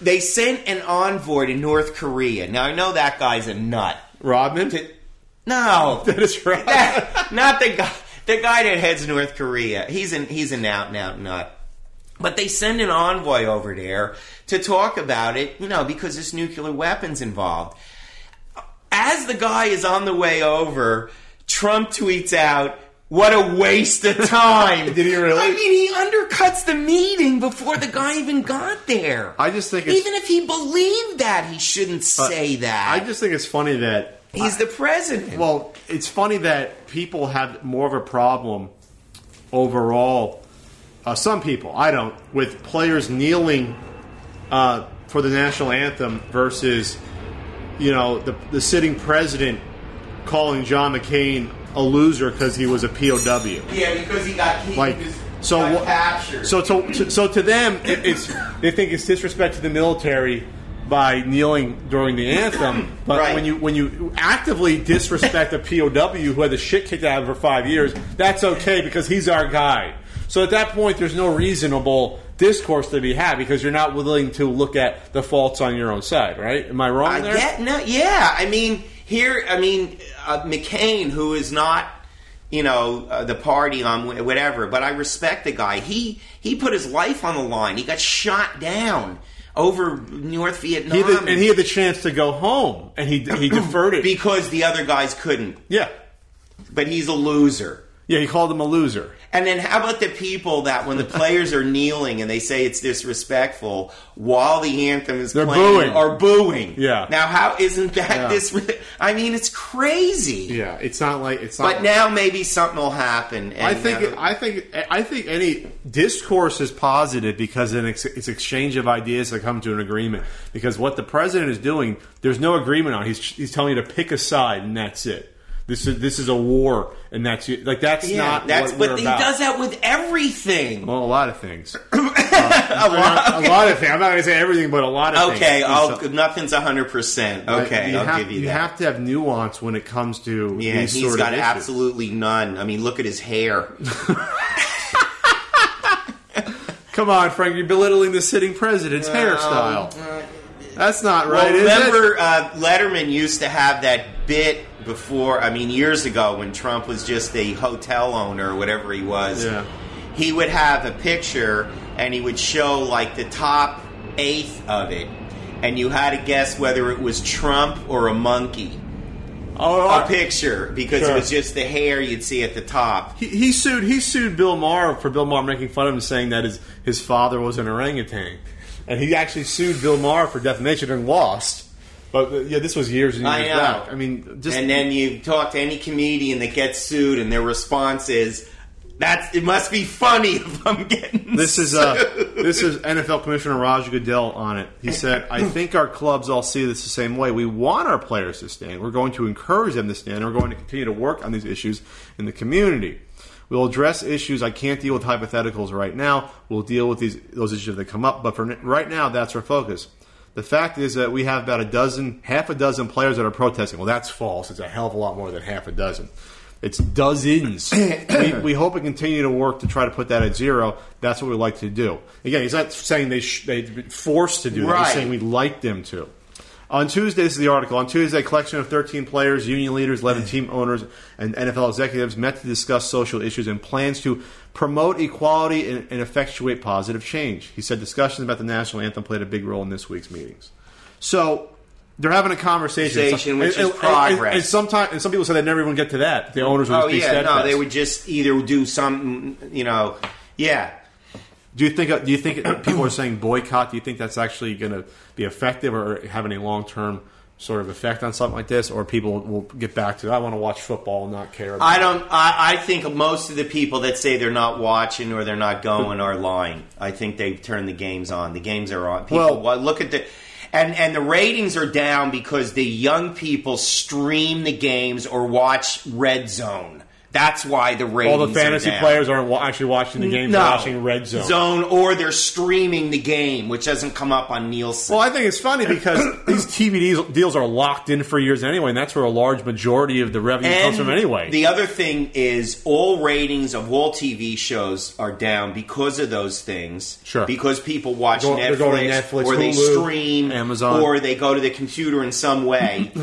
they sent an envoy to North Korea. Now I know that guy's a nut. Rodman, No, that is right. that- not the guy. The guy that heads North Korea. He's an he's an out and out nut. But they send an envoy over there to talk about it, you know, because there's nuclear weapons involved. As the guy is on the way over, Trump tweets out, "What a waste of time." Did he really? I mean, he undercuts the meeting before the guy even got there. I just think it's- Uh, even if he believed that, he shouldn't say that. I just think it's funny that he's the president. Well, it's funny that people have more of a problem overall. Uh, some people, I don't, with players kneeling uh, for the national anthem versus, you know, the, the sitting president calling John McCain a loser because he was a POW Yeah, because he got he like was- so got what- captured. so to, to- so to them it, it's they think it's disrespect to the military by kneeling during the anthem but Right. when you when you actively disrespect a POW who had the shit kicked out of him for 5 years that's okay because he's our guy so at that point there's no reasonable discourse to be had because you're not willing to look at the faults on your own side right am i wrong I there get no. Yeah, I mean here, I mean uh, McCain, who is not you know uh, the party on wh- whatever, but I respect the guy. He he put his life on the line. He got shot down over North Vietnam, he had the, and he had the chance to go home and he he deferred it because the other guys couldn't. yeah But he's a loser. yeah he called him a loser And then how about the people that when the players are kneeling and they say it's disrespectful while the anthem is They're playing booing. are booing? Yeah. Now how isn't that Yeah. this? I mean, it's crazy. Yeah, it's not like it's not. But now maybe something will happen. And uh, I think now- I think I think any discourse is positive because then it's, it's exchange of ideas that come to an agreement. Because what the president is doing, there's no agreement on. He's he's telling you to pick a side, and that's it. This is this is a war, and that's it. like that's yeah, not that's what but we're he about. does that with everything. well, a lot of things. a, lot, a lot of things. I'm not going to say everything, but a lot of things. okay, He's I'll, a- nothing's hundred percent. Okay, you I'll have, give you, you that. have to have nuance when it comes to yeah, these he's sort got of issues. absolutely none. I mean, look at his hair. Come on, Frank, you're belittling the sitting president's hairstyle. That's not right, uh, well, is it? remember uh, Letterman used to have that bit before. I mean, years ago when Trump was just a hotel owner or whatever he was. Yeah. He would have a picture and he would show like the top eighth of it, and you had to guess whether it was Trump or a monkey. Oh, A I- picture because Sure. it was just the hair you'd see at the top. he, he sued. He sued Bill Maher for Bill Maher making fun of him, saying that his his father was an orangutan, and he actually sued Bill Maher for defamation and lost. But uh, yeah, this was years and years I know. back. I mean, just and then you talk to any comedian that gets sued, and their response is, "That's it must be funny if I'm getting." This is uh, this is NFL Commissioner Raj Goodell on it. He said, "I think our clubs all see this the same way. We want our players to stand. We're going to encourage them to stand. We're going to continue to work on these issues in the community. We'll address issues. I can't deal with hypotheticals right now. We'll deal with these those issues that come up. But for n- right now, that's our focus." The fact is that we have about a dozen, half a dozen players that are protesting. Well, that's false. It's a hell of a lot more than half a dozen. It's dozens. we, we hope and continue to work to try to put that at zero. That's what we like to do. Again, he's not saying they sh- they've been forced to do that. Right. He's saying we like them to. On Tuesday, this is the article. On Tuesday, a collection of 13 players, union leaders, 11 team owners, and NFL executives met to discuss social issues and plans to promote equality and, and effectuate positive change. He said discussions about the national anthem played a big role in this week's meetings. So they're having a conversation, Conversation, which is And, progress. sometimes, and some people say they never even get to that. The owners would Oh just be yeah, no, steadfast. they would just either do some, you know, yeah. Do you think? Do you think people are saying boycott? Do you think that's actually going to be effective or have any long term sort of effect on something like this? Or people will get back to I want to watch football and not care. About I don't. I, I think most of the people that say they're not watching or they're not going are lying. I think they've turned the games on. The games are on. People, Well- well, look at the. And, and the ratings are down because the young people stream the games or watch Red Zone. That's why the ratings. all the fantasy are down. players aren't wa- actually watching the game; they're watching Red Zone. or they're streaming the game, which doesn't come up on Nielsen. Well, I think it's funny because these TV deals- deals are locked in for years anyway, and that's where a large majority of the revenue comes from anyway. The other thing is all ratings of all TV shows are down because of those things. Sure. Because people watch Go- they're Netflix, going to Netflix, or they Hulu, stream Amazon. or they go to the computer in some way.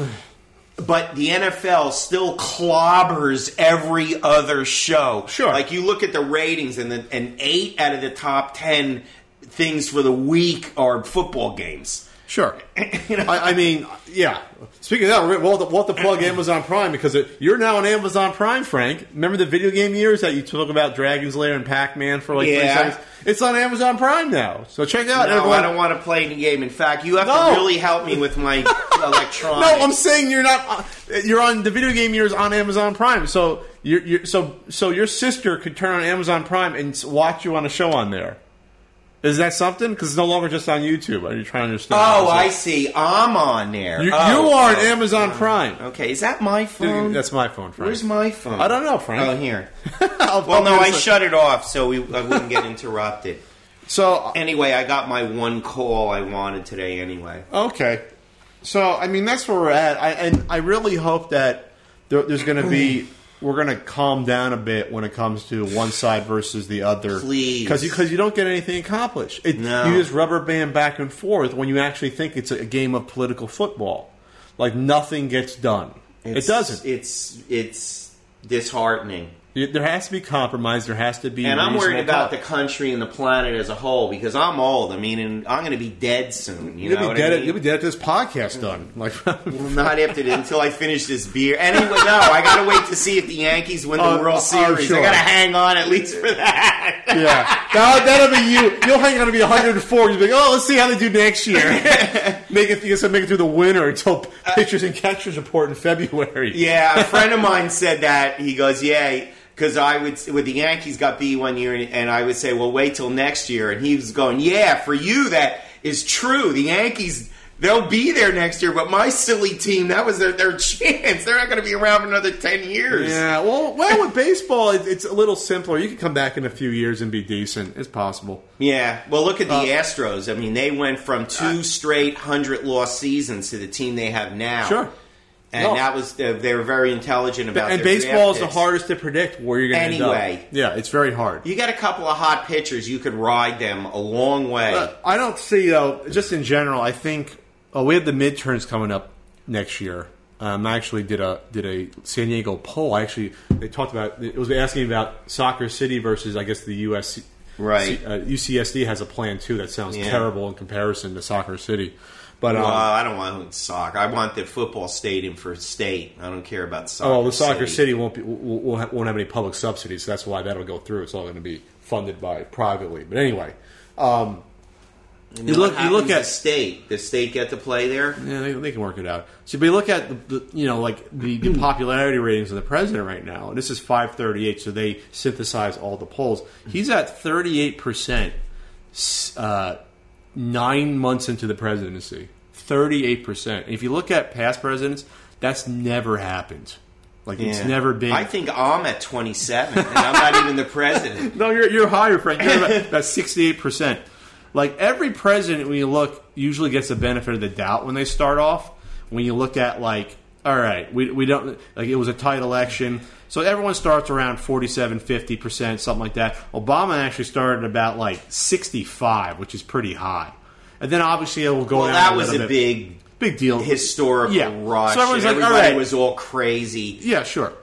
But the NFL still clobbers every other show. Sure. Like you look at the ratings and the, and 8 out of the top 10 things for the week are football games. Sure. I, I mean, yeah. Speaking of that, we're- we'll have, to, we'll have to plug Amazon Prime because it, you're now on Amazon Prime, Frank. Remember the video game years that you talk about Dragon's Lair and Pac Man for like Yeah. three seconds? It's on Amazon Prime now. So check it out. No, everyone. I don't want to play any game. In fact, you have No. to really help me with my electronics. No, I'm saying you're not. uh, You're on the video game years on Amazon Prime. So you're, you're so so your sister could turn on Amazon Prime and s- watch you on a show on there. Is that something? Because it's no longer just on YouTube. Are you trying to understand? Oh, So- I see. I'm on there. You, Oh, you are on oh. Amazon Prime. Okay, is that my phone? That's my phone, Frank. Um, Where's my phone? I don't know, Oh, Frank. here. I'll- Well, no, I'll- I shut it off so we I wouldn't get interrupted. So Anyway, I got my one call I wanted today. Anyway, okay, so I mean that's where we're at. I and I really hope that there, there's going to be we're going to calm down a bit when it comes to one side versus the other. Please. because because you don't get anything accomplished. It, No. You just rubber band back and forth when you actually think it's a, a game of political football. Like nothing gets done. It's- it doesn't. It's it's disheartening. You- there has to be compromise. There has to be. And I'm worried reasonable about the comp- country and the planet as a whole because I'm old. I mean, and I'm going to be dead soon. You You'll know be what dead. I at- mean? You'll be dead if this podcast done. Like Well, not after this, until I finish this beer. Anyway, no, I gotta wait to see if the Yankees win the Oh, oh, World Series. sure. I gotta hang on at least for that. Yeah, that, that'll be you. You'll hang on to be 104. You'll be like, oh, let's see how they do next year. make it, you guys make it through the winter until pitchers and catchers report in February. yeah, a friend of mine said that. He goes, "Yeah," because I would with the Yankees got B one year, and, and I would say, "Well, wait till next year." And he was going, "Yeah, for you that is true. The Yankees." They'll be there next year, but my silly team, that was their, their chance. They're not going to be around for another 10 years. Yeah, well, well, with baseball, it, it's a little simpler. You can come back in a few years and be decent. It's possible. Yeah. Well, look at Uh, the Astros. I mean, they went from two straight hundred loss seasons to the team they have now. Sure. And No. that was uh, they were very intelligent about. And their baseball is draft the picks. hardest to predict where you're going to end Anyway. up. Yeah, it's very hard. You got a couple of hot pitchers, you could ride them a long way. Uh, I don't see though. Just in general, I think oh, we have the midterms coming up next year. Um, I actually did a did a San Diego poll. I actually they talked about it was asking about Soccer City versus I guess the US Right. uh, UCSD has a plan too. That sounds Yeah. terrible in comparison to Soccer City, but um, well, Uh, I don't want soccer. I want the football stadium for state. I don't care about soccer. oh, the Soccer City, won't be won't, won't have- won't have any public subsidies. So that's why that'll go through. It's all going to be funded by privately. But anyway, um, You, look. You look at state. Does state get to play there? Yeah, they, they can work it out. So, but you look at the, the you know like the, the popularity ratings of the president right now. and This is five thirty eight. So they synthesize all the polls. He's at thirty eight percent. uh, Nine months into the presidency, thirty eight percent. If you look at past presidents, that's never happened. Like it's Yeah. never been. I think I'm at 27, and I'm not even the president. No, you're you're higher, Frank. You're about- about sixty eight percent. Like every president, when you look, usually gets the benefit of the doubt when they start off. When you look at like, all right, we we don't like it was a tight election, so everyone starts around 47, 50 percent, something like that. Obama actually started about like sixty five, which is pretty high, and then obviously it will go. Well, down that a was little a bit. big big deal historical Yeah. rush. So everyone's and like, all everybody right. was all crazy. Yeah, sure.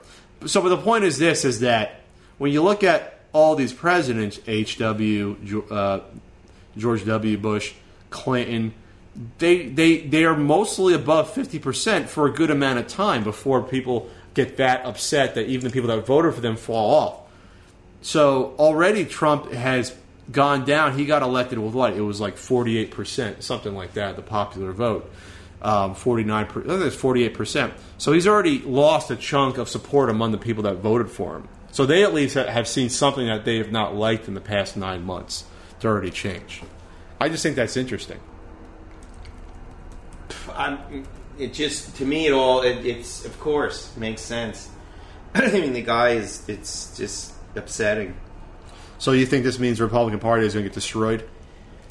So, but the point is this: is that when you look at all these presidents, H.W., Ge- uh, George W. Bush, Clinton, they they they are mostly above fifty percent for a good amount of time before people get that upset that even the people that voted for them fall off. So already Trump has gone down. He got elected with what? It was like forty eight percent, something like that, the popular vote. Um, 49 percent. I think it's 48 percent. So he's already lost a chunk of support among the people that voted for him. So they at least ha- have seen something that they have not liked in the past nine months to already change. I just think that's interesting. I'm, it just to me it all it, it's of course makes sense. I mean the guy is it's just upsetting. So you think this means the Republican Party is going to get destroyed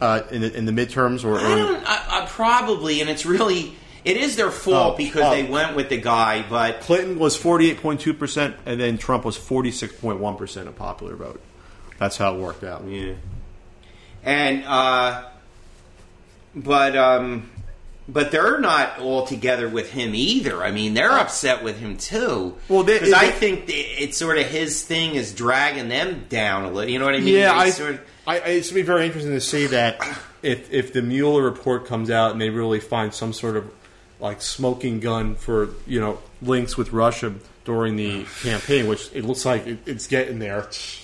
uh, in, the, in the midterms? Or, or I don't. I, I probably, and it's really it is their fault Oh, because oh. they went with the guy. But Clinton was forty eight point two percent, and then Trump was forty six point one percent of popular vote. That's how it worked out. yeah, and uh, but um, but they're not all together with him either. I mean, they're upset with him too. Well, they- because I they- think it- it's sort of his thing is dragging them down a little. You know what I mean? Yeah, They I- sort of- I, I, it's going to be very interesting to see that if if the Mueller report comes out and they really find some sort of like smoking gun for you know links with Russia during the campaign, which it looks like it, it's getting there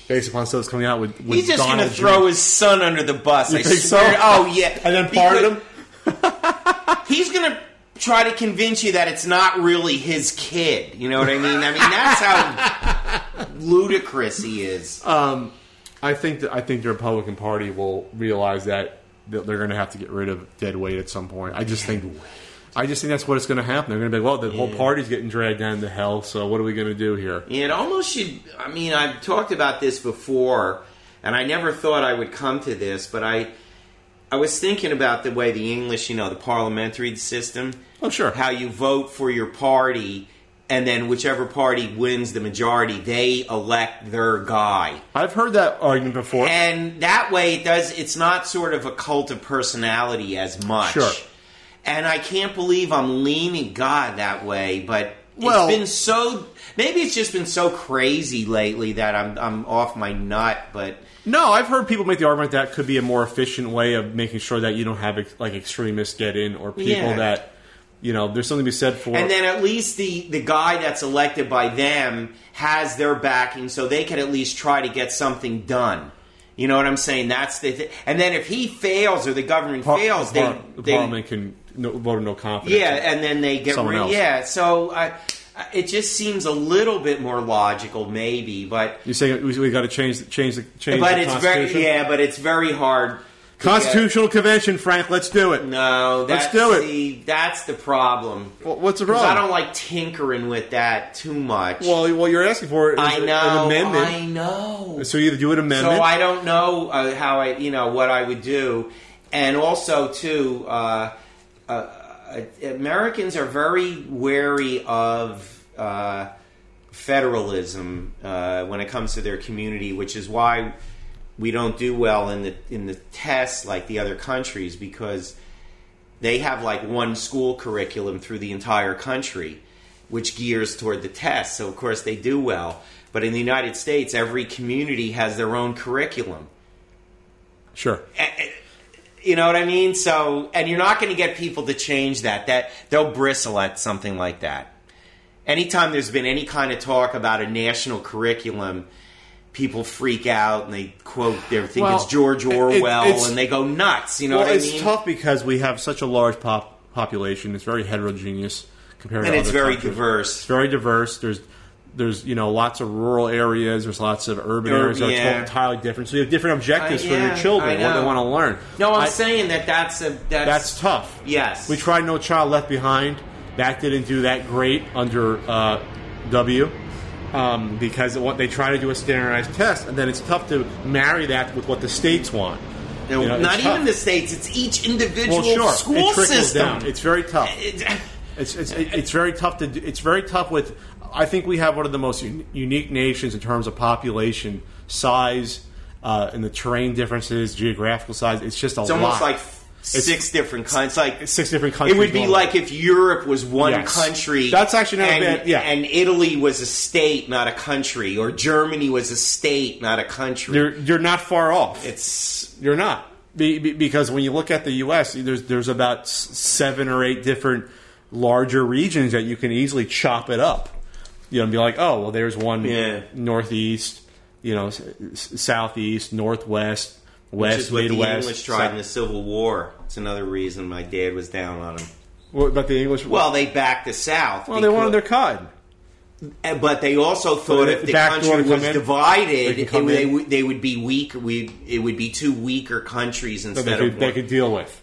based upon stuff that's coming out with. with He's just going to Donald throw Trump. his son under the bus. I think so? swear. Oh yeah, and then pardon Because- him. he's gonna try to convince you that it's not really his kid. You know what I mean? I mean that's how ludicrous he is. I think that I think the Republican Party will realize that that they're going to have to get rid of dead weight at some point. I just think, I just think that's what it's going to happen. They're going to be like, well, the whole party's getting dragged down to hell. So what are we going to do here? it almost should. I mean, I've talked about this before, and I never thought I would come to this, but I. I was thinking about the way the English, you know, the parliamentary system. Oh, sure. How you vote for your party, and then whichever party wins the majority, they elect their guy. I've heard that argument before. and that way it does it's not sort of a cult of personality as much Sure. and i can't believe i'm leaning god that way but Well- it's been so maybe it's just been so crazy lately that i'm i'm off my nut but No, I've heard people make the argument that could be a more efficient way of making sure that you don't have ex- like extremists get in or people Yeah. that you know. There's something to be said for. and then at least the the guy that's elected by them has their backing so they could at least try to get something done you know what i'm saying that's the thi- and then if he fails or the government par- fails the they, par- the they parliament can no, vote in no confidence. Yeah, and then they get someone rid. else. Yeah, so I, I- it just seems a little bit more logical, maybe, but you're saying we, we got to change the- change the change. but the it's Constitution? very yeah, but it's very hard. to Constitutional convention, Frank. Let's do it. get- No, Let's that's do it. The, that's the problem. Wh- What's the 'Cause problem? I don't like tinkering with that too much. Well, what you're asking for is I a- know, an amendment. I know. So you either do an amendment. So I don't know uh, how I, you know, what I would do, and also too, uh, uh, uh, Americans are very wary of uh, federalism uh, when it comes to their community, which is why we don't do well in the in the tests like the other countries because they have like one school curriculum through the entire country, which gears toward the test. So of course they do well. But in the United States, every community has their own curriculum. sure. You know what I mean? So, and you're not going to get people to change that. That they'll bristle at something like that. Anytime there's been any kind of talk about a national curriculum, people freak out and they quote they think Well, it's George it- Orwell it's- and they go nuts. You know well, what I it's mean? tough because we have such a large pop population. It's very heterogeneous compared and to it's other very countries. It's diverse. very diverse. There's there's you know lots of rural areas. There's lots of urban Ur- areas that yeah. are entirely different. So you have different objectives I- for yeah, your children. I What know. they want to learn. No, I'm I- saying that that's a that's, that's tough. yes. We tried No Child Left Behind. That didn't do that great under uh, W um, because it, wa- they try to do a standardized test, and then it's tough to marry that with what the states want. No, You know, not it's even tough. the states. It's each individual well, sure, school it trickles system. down. It's very tough. It- It's, it's it's very tough to do, it's very tough with. I think we have one of the most un- unique nations in terms of population size uh, and the terrain differences, geographical size. It's just a it's almost lot. like six different kinds. Like six different It countries. would be going on. like if Europe was one Yes. country. That's actually not a and, bad- yeah. And Italy was a state, not a country, or Germany was a state, not a country. you're you're not far off. it's You're not. Be, be, because when you look at the U.S., there's there's about s- seven or eight different larger regions that you can easily chop it up. You know, and be like, oh, well, there's one Yeah. northeast, you know, s- s- southeast, northwest, west, Just what the midwest. English tried in the south- Civil War. It's another reason my dad was down on them. What, but the English. Well, they backed the South. well, they because- wanted their cod. And- But they also thought if the Back door country to come was in? divided, They it, can come they, in? would, they would be weak. We it would be two weaker countries that they instead could, of they one. could deal with.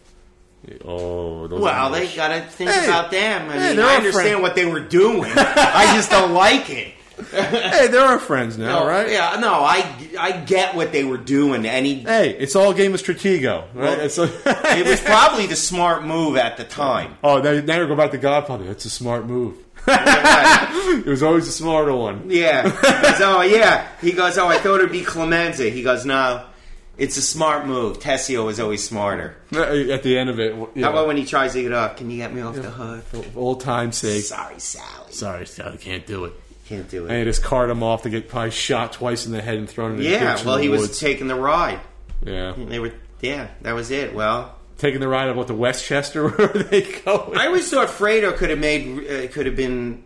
Oh, those well, they English. got to think Hey, about them. I hey, mean, they're I our understand friend. what they were doing. I just don't like it. hey, they're our friends now, No, right? Yeah, no, I I get what they were doing. Any Hey, it's all a game of stratego, right? Well, it's oh, a- it was probably the smart move at the time. oh, now, now you're going back to Godfather. That's a smart move. it was always the smarter one. Yeah. He goes, oh, yeah. He goes, oh, I thought it'd be Clemenza. He goes, no, it's a smart move. Tessio was always smarter. At the end of it, you How about know, when he tries to get off? Can you get me off the hook? for old time's sake. Sorry, Sally. Sorry, Scott, I can't do it. Can't do And it. he just cart him off to get probably shot twice in the head and thrown in the ditch Yeah, in well, the he was woods. taking the ride. yeah. They were, yeah, that was it. Well, taking the ride up what to Westchester where they go. I always thought Fredo could have made, uh, could have been.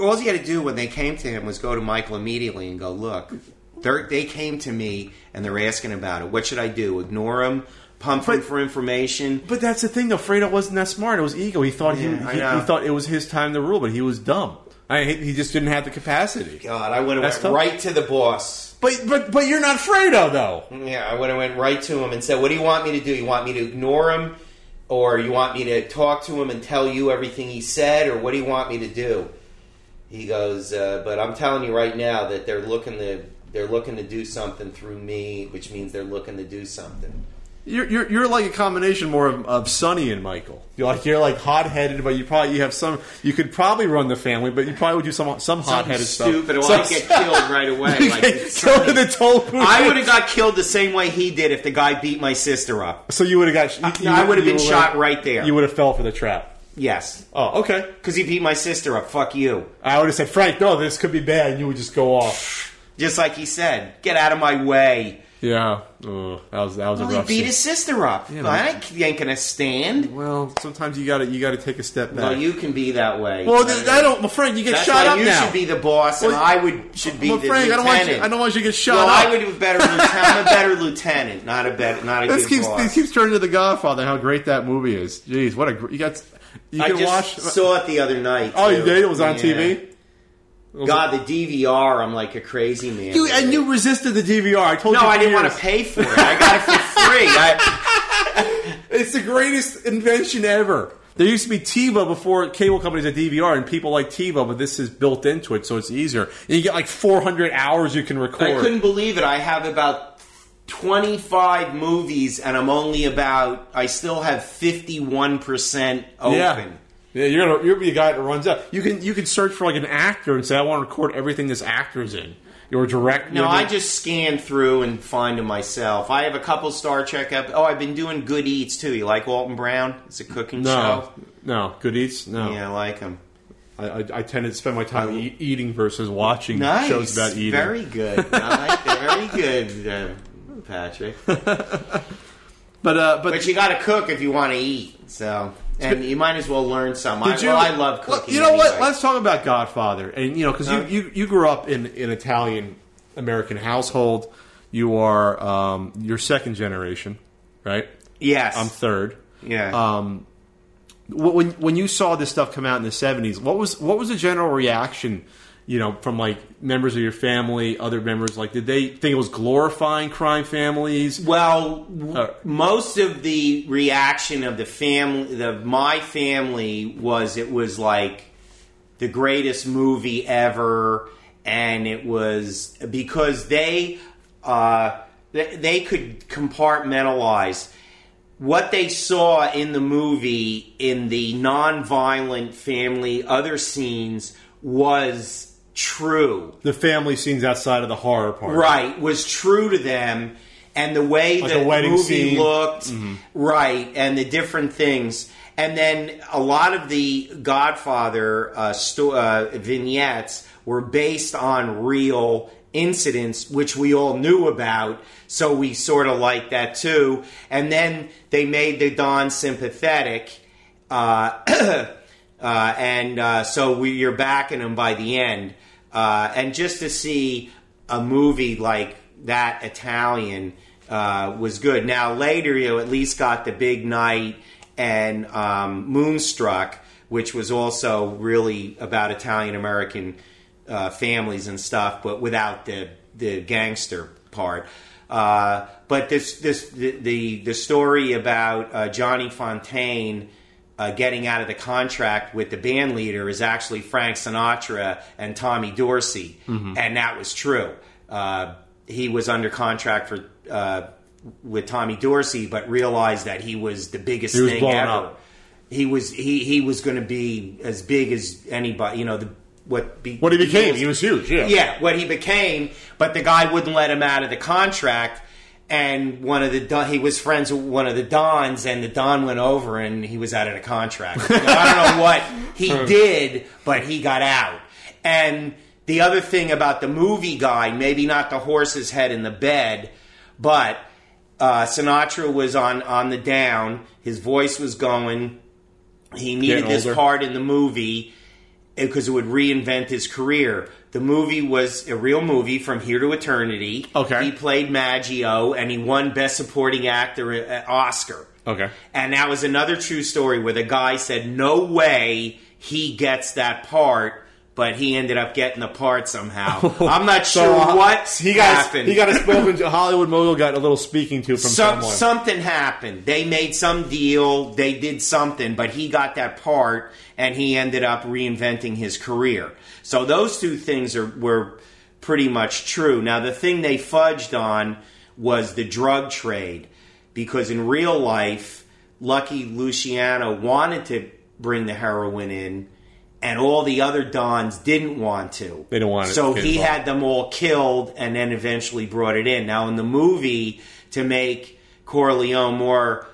All he had to do when they came to him was go to Michael immediately and go, look, they're, they came to me and they're asking about it. What should I do? Ignore them? Pump them But- for information? But that's the thing, though. Fredo wasn't that smart. It was ego. He thought Yeah, he, I he, know. he thought it was his time to rule, but he was dumb. I mean, he, he just didn't have the capacity. God, I would have That's went tough. right to the boss. But but but you're not Fredo, though. Yeah, I would have went right to him and said, "What do you want me to do? You want me to ignore him, or you want me to talk to him and tell you everything he said, or what do you want me to do?" He goes, uh, "But I'm telling you right now that they're looking to they're looking to do something through me, which means they're looking to do something." You're, you're, you're like a combination more of, of Sonny and Michael. You're like you're like hot headed, but you probably you have some. You could probably run the family, but you probably would do some some hot headed stuff. stupid. Well, Some- I'd get killed right away. you like, get killed in the toll booth. I would have got killed the same way he did if the guy beat my sister up. So you would have got. you- I you- would have you been would've- shot right there. You would have fell for the trap. yes, Oh, okay. because he beat my sister up. Fuck you. I would have said, Frank, no, this could be bad, and you would just go off. Just like he said, get out of my way. Yeah, Ugh, that was that was Well, a he rough. beat scene. his sister up. but- I ain't- ain't gonna stand. Well, sometimes you got to you got to take a step back. Well, you can be that way. Well, th- I don't. Well, Frank, you get That's shot why up you now. should be the boss, and Well, I would should be well, the Frank, I don't lieutenant. want you. I don't want you to get shot well, up. I would be a better lieutenant. I'm a better lieutenant, not a better, not a This good keeps boss. this keeps turning to The Godfather. How great that movie is! Jeez, what a gr- you got. You I can just watch. saw it the other night. oh, you too. did? It was on Yeah. TV. God, the DVR. I'm like a crazy man. You and you resisted the DVR. I told No, you. I didn't years. want to pay for it. I got it for free. I, It's the greatest invention ever. There used to be TiVo before cable companies had DVR, and people like TiVo, but this is built into it, so it's easier. And you get like 400 hours you can record. I couldn't believe it. I have about 25 movies, and I'm only about, I still have 51% open. Yeah. Yeah, you're gonna you'll be a guy that runs out. You can you can search for like an actor and say I want to record everything this actor's in. Your direct. No, your- I just scan through and find them myself. I have a couple Star Trek up. Oh, I've been doing Good Eats too. You like Walton Brown? It's a cooking no no good eats no. show. Yeah, I like him. I, I, I tend to spend my time e- eating versus watching Nice. shows about eating. Very good. I like that. Very good, uh, Patrick. But uh, but, But you got to cook if you want to eat. So, and you might as well learn some. I, Did you- well, I love Well, cooking. you know what? anyway. Uh-huh. Let's talk about Godfather, and you know because No. you, you you grew up in an Italian American household. You are um, your second generation, right? Yes. I'm third. yeah. Um, wh- when when you saw this stuff come out in the '70s, what was what was the general reaction? You know, from like members of your family, other members, like did they think it was glorifying crime families? Well, w- Uh, most of the reaction of the family, the my family, was it was like the greatest movie ever, and it was because they uh, they, they could compartmentalize what they saw in the movie in the non-violent family other scenes was true the family scenes outside of the horror part. right was true to them and the way Like a that the wedding movie scene. Mm-hmm. looked right and the different things and then a lot of the godfather uh, sto- uh, vignettes were based on real incidents, which we all knew about. So we sort of liked that too. And then they made the Don sympathetic. Uh, uh, and uh, so we, you're backing them by the end. Uh, and just to see a movie like that Italian uh, was good. Now later, you at least got the Big Night and um, Moonstruck, which was also really about Italian American uh, families and stuff, but without the the gangster part. Uh, but this this the the, the story about uh, Johnny Fontaine uh, getting out of the contract with the band leader is actually Frank Sinatra and Tommy Dorsey, Mm-hmm. and that was true. Uh, he was under contract for uh, with Tommy Dorsey, but realized that he was the biggest He was thing blown ever up. he was he he was going to be as big as anybody. You know the what be, What he became, he was huge. Yeah. yeah what he became. But the guy wouldn't let him out of the contract. And one of the Don- he was friends with one of the dons, and the don went over, and he was out of the contract. Now, I don't know what he did, but he got out. And the other thing about the movie guy, maybe not the horse's head in the bed, but uh, Sinatra was on on the down. His voice was going. He needed Getting this older. part in the movie because it would reinvent his career. The movie was a real movie from here to eternity. Okay. He played Maggio and he won Best Supporting Actor uh, Oscar. Okay. And that was another true story where the guy said, No way he gets that part, but he ended up getting the part somehow. I'm not sure uh, what He got happened. he got a spoken to Hollywood mogul got a little speaking to from Some, someone. something happened. They made some deal. They did something, but he got that part, and he ended up reinventing his career. So those two things are were pretty much true. Now the thing they fudged on was the drug trade, because in real life, Lucky Luciano wanted to bring the heroin in, and all the other dons didn't want to. They don't want it So to get he involved. had them all killed, and then eventually brought it in. Now in the movie, to make Corleone more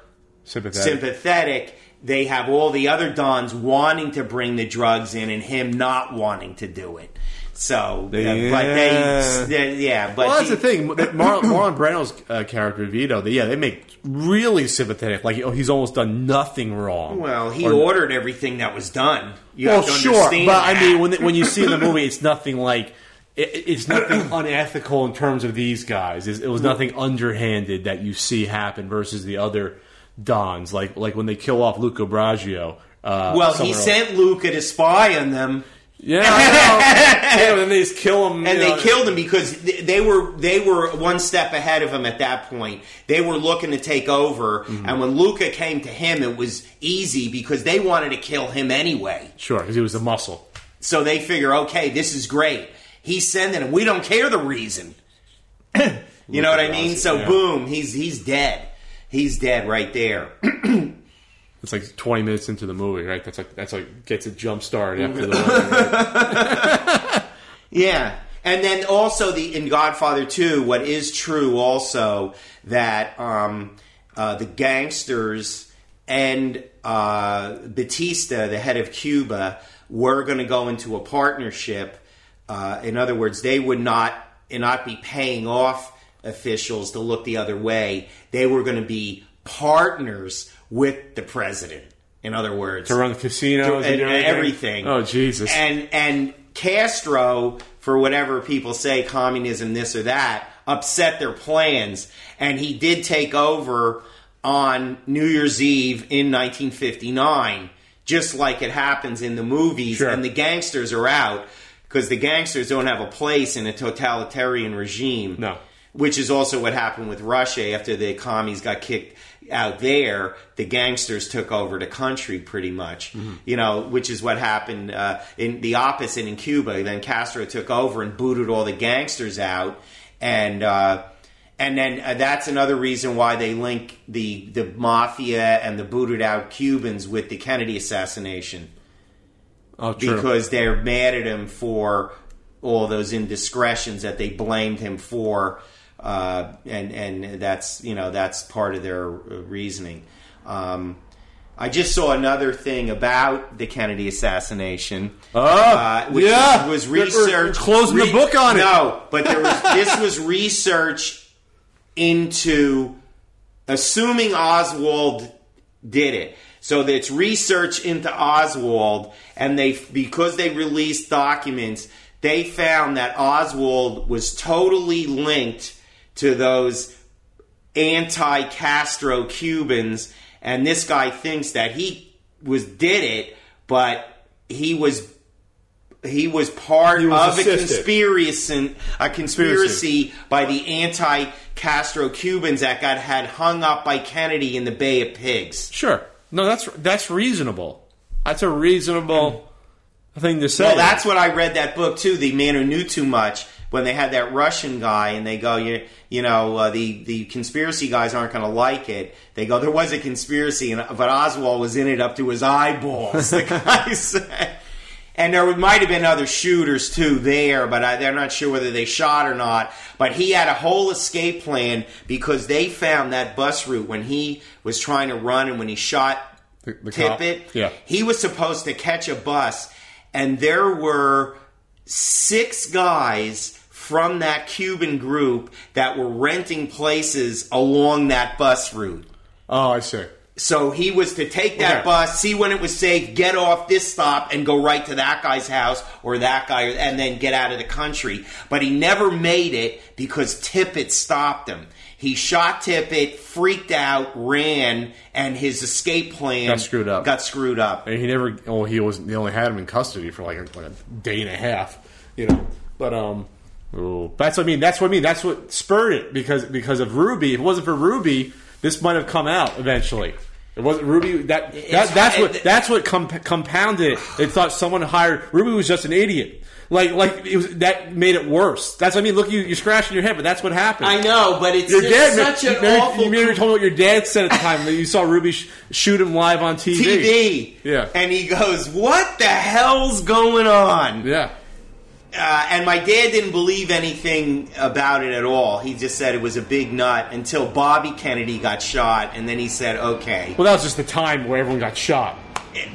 Sympathetic. sympathetic, they have all the other dons wanting to bring the drugs in, and him not wanting to do it. So, uh, Yeah. but they, yeah, but Well, that's he- the thing. that Marlon, Marlon Brando's uh, character Vito, they, yeah, they make really sympathetic. Like oh, he's almost done nothing wrong. Well, he Or- ordered everything that was done. You well, have to sure, but understand I that. mean, when when you see the movie, it's nothing like it, it's nothing unethical in terms of these guys. It's, it was nothing underhanded that you see happen versus the other dons, like like when they kill off Luca Braccio. Uh, well, somewhere he else. sent Luca to spy on them. "Yeah, I know. yeah." And then they just kill him, and you they know. killed him because th- they were they were one step ahead of him at that point. They were looking to take over, Mm-hmm. and when Luca came to him, it was easy because they wanted to kill him anyway. Sure, because he was the muscle. So they figure, okay, this is great. He's sending him. We don't care the reason. you know what I mean? So yeah. boom, he's he's dead. He's dead right there. It's like twenty minutes into the movie, right? That's like that's like gets a jump start after the. One, right? Yeah. And then also the in Godfather 2, what is true also that um, uh, the gangsters and uh, Batista, the head of Cuba, were going to go into a partnership. Uh, in other words, they would not and not be paying off officials to look the other way. They were going to be partners with the president. In other words, to run the casinos and, and, and everything. Oh Jesus! And and Castro, for whatever people say, communism, this or that, upset their plans, and he did take over on New Year's Eve in 1959, just like it happens in the movies. Sure. And the gangsters are out because the gangsters don't have a place in a totalitarian regime No. which is also what happened with Russia after the commies got kicked out there. The gangsters took over the country pretty much, you know, which is what happened uh, in the opposite in Cuba. Then Castro took over and booted all the gangsters out, and uh, and then uh, that's another reason why they link the the mafia and the booted out Cubans with the Kennedy assassination oh, true. because they're mad at him for all those indiscretions that they blamed him for, uh, and and that's you know that's part of their uh, reasoning. Um, I just saw another thing about the Kennedy assassination. Oh, uh, which yeah. was We're- we're- we're research. closing the book on it. No, but there was, this was research into assuming Oswald did it. So it's research into Oswald, and they because they released documents, they found that Oswald was totally linked to those anti-Castro Cubans, and this guy thinks that he was did it, but he was he was part was of a assisted. conspiracy, a conspiracy by the anti-Castro Cubans that got had hung up by Kennedy in the Bay of Pigs. Sure. No, that's that's reasonable. That's a reasonable thing to say. Hmm. Well, that's what I read that book too. The man who knew too much. When they had that Russian guy, and they go, you, you know, uh, the the conspiracy guys aren't going to like it. They go, there was a conspiracy, and but Oswald was in it up to his eyeballs. The guy said, and there might have been other shooters too there, but I, they're not sure whether they shot or not. But he had a whole escape plan because they found that bus route when he was trying to run and when he shot The- the cop. Tippett. Yeah. He was supposed to catch a bus, and there were six guys from that Cuban group that were renting places along that bus route. oh, I see. So he was to take that Okay. bus, see when it was safe, get off this stop, and go right to that guy's house or that guy, and then get out of the country. But he never made it because Tippett stopped him. He shot Tippett, freaked out, ran, and his escape plan Got screwed up. Got screwed up. And he never. Well, he was. They only had him in custody for like a, like a day and a half. You know. But um. ooh, that's what I mean. That's what I mean. That's what spurred it because because of Ruby. If it wasn't for Ruby, this might have come out eventually. It wasn't Ruby. That, that that's hard- what that's what comp- compounded. it. They thought someone hired Ruby was just an idiot. Like like it was, that made it worse. That's what I mean. Look, you you're scratching your head, but that's what happened. I know, but it's Your just dad, such you, an remember- awful You remember you told me what your dad said at the time that you saw Ruby sh- shoot him live on TV. TV. Yeah. And he goes, What the hell's going on? Yeah. Uh, and my dad didn't believe anything about it at all. He just said it was a big nut until Bobby Kennedy got shot, and then he said, Okay. Well, that was just the time where everyone got shot.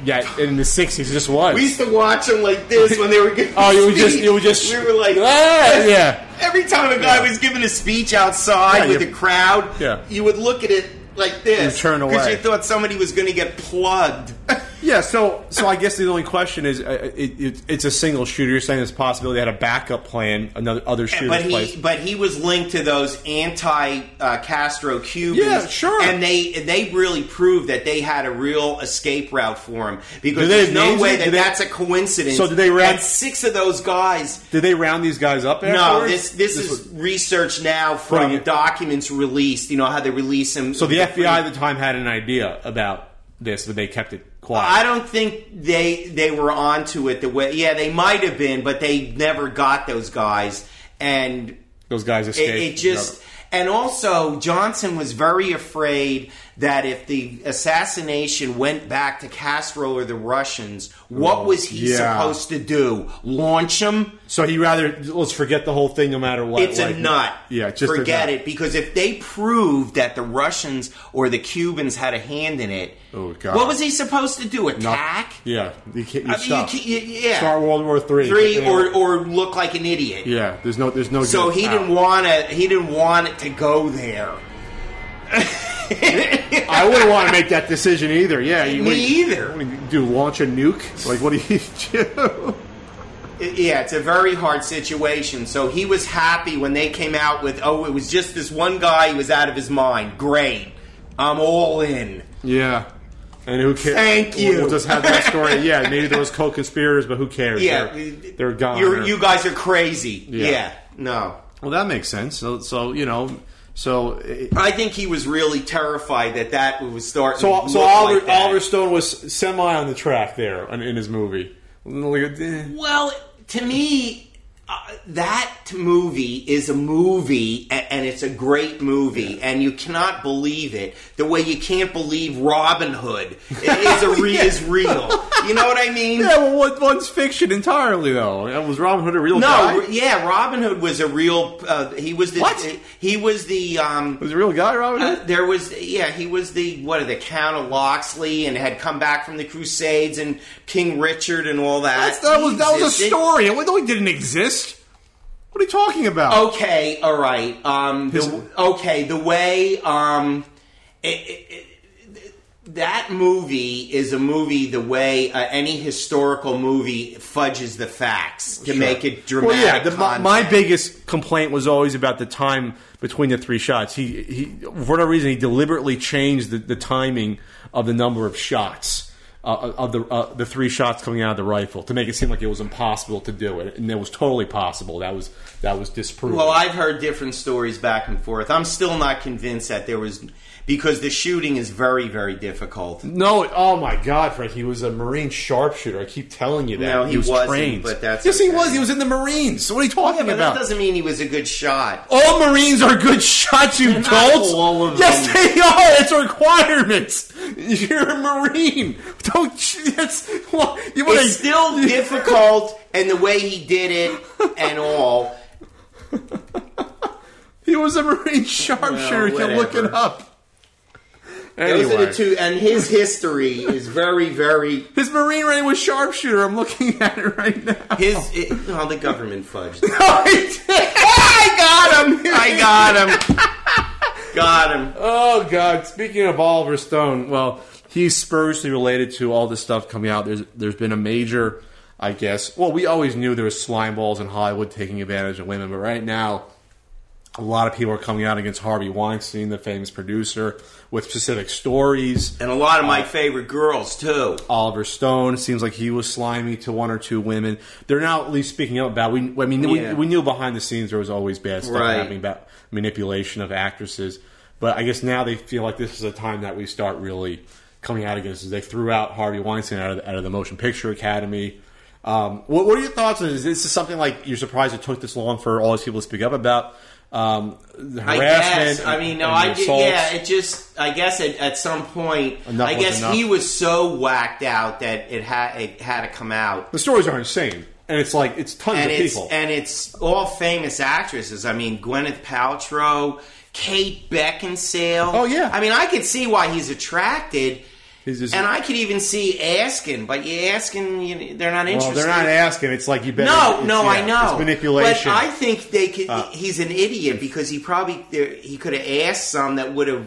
Yeah, in the sixties, it just was. We used to watch them like this when they were giving oh, you were just, speech. you were just. We were like, Ah, yeah. Every time a guy was giving a speech outside Yeah, with you- the crowd, Yeah. you would look at it like this. You turn Because away. you thought somebody was going to get plugged. Yeah, so so I guess the only question is, uh, it, it, it's a single shooter. You're saying there's a possibility they had a backup plan, another other shooter's but he place. but he was linked to those anti uh, Castro Cubans. Yeah, sure. And they they really proved that they had a real escape route for him because Do they there's have no names? way Do that they- that's a coincidence. So do they rat- And six of those guys. Did they round these guys up? No, afterwards? this this is was- research now from Putting it- documents released. You know how they release them. so the FBI at the time had an idea about this, but they kept it quiet. I don't think they they were onto it the way. Yeah, they might have been, but they never got those guys. And Those guys It, escaped. it just and also Johnson was very afraid that if the assassination went back to Castro or the Russians, what was he Oh, yeah. supposed to do? Launch him? so he rather let's forget the whole thing, no matter what. It's like- a nut. Yeah, just a forget nut. it because if they proved that the Russians or the Cubans had a hand in it, Oh, God. what was he supposed to do? Attack? Yeah, you can't. You I mean, you stop. can't- you- yeah. Start World War Three. Three or or look like an idiot? yeah. There's no. There's no. So good he out. didn't want to. He didn't want it to go there. I wouldn't want to make that decision either. Yeah, you, Me what do you- either. what do you do launch a nuke? Like, what do you do? It- yeah, it's a very hard situation. So he was happy when they came out with, oh, it was just this one guy who was out of his mind. Great. I'm all in. Yeah. And who cares? Thank We'll- We'll you. just have that story. Yeah, maybe there was co-conspirators, but who cares? Yeah. they're, they're gone. You're, or- you guys are crazy. Yeah. Yeah. No. well, that makes sense. So, so you know, so it, I think he was really terrified that that was starting to so look so Oliver, like that. Oliver Stone was semi on the track there in, in his movie. Like, eh. Well, to me, uh, that movie is a movie, a- and it's a great movie, and you cannot believe it. The way you can't believe Robin Hood i- is a re- is real. You know what I mean? Yeah, well, one- one's fiction entirely, though. Uh, Was Robin Hood a real guy? No, r- yeah, Robin Hood was a real. Uh, he was the. What? He was the. Um, Was a real guy, Robin Uh, Hood? there was, yeah, he was the what, the Count of Locksley, and had come back from the Crusades and King Richard and all that. That's, that, was, that was a Existed. story. It no, it didn't exist. What are you talking about? Okay, all right. Um, the, okay, the way um, it, it, it, that movie is a movie. The way uh, any historical movie fudges the facts to make it dramatic. Well, yeah, the, my, content. my biggest complaint was always about the time between the three shots. He, he for no reason, he deliberately changed the, the timing of the number of shots. Uh, of the uh, the three shots coming out of the rifle to make it seem like it was impossible to do it, and it was totally possible. That was that was disproven. Well, I've heard different stories back and forth. I'm still not convinced that there was because the shooting is very, very difficult. No, oh my God, Frank, he was a Marine sharpshooter. I keep telling you that. No, he, was wasn't. trained. But that's yes, he okay. was. He was in the Marines. What are you Yeah, talking but that about? doesn't mean he was a good shot. All Marines are good shots, you not dolts. all of yes, them. they are. It's a requirement. You're a Marine. Don't. sh- That's, well, you want It's still difficult, and the way he did it and all. He was a Marine sharpshooter. you Well, can look it whatever. up. Those are Anyway, the two, and his history is very, very his Marine rank was sharpshooter. I'm looking at it right now. his. It, oh, the government fudged. it. I got him. I got him. Got him. Oh God! Speaking of Oliver Stone, Well, he's spiritually related to all this stuff coming out. There's there's been a major, I guess. Well, we always knew there was slime balls in Hollywood taking advantage of women, but right now, a lot of people are coming out against Harvey Weinstein, the famous producer, with specific stories. And a lot of my favorite girls too. Oliver Stone seems like he was slimy to one or two women. They're now at least speaking up about. We, I mean, we, Yeah. we knew behind the scenes there was always bad stuff Right. happening about manipulation of actresses, but I guess now they feel like this is a time that we start really coming out against. It. They threw out Harvey Weinstein out of, the- out of the Motion Picture Academy. Um, what, what are your thoughts on this? Is this something like you're surprised it took this long for all these people to speak up about? Um, the I harassment. guess. I and- mean, no, and I the did, assaults? yeah. It just. I guess at, at some point. Enough I was guess enough. he was so whacked out that it had it had to come out. the stories are insane, and it's like it's tons and of it's people. and it's all famous actresses. I mean, Gwyneth Paltrow, Kate Beckinsale. Oh, yeah. I mean, I could see why he's attracted, He's just- and I could even see asking, but you asking, you, they're not Well, interested. they're not asking. It's like you better. No, it's- no, yeah, I know It's manipulation. Uh, But I think they could. he's an idiot because he probably there- he could have asked some that would have,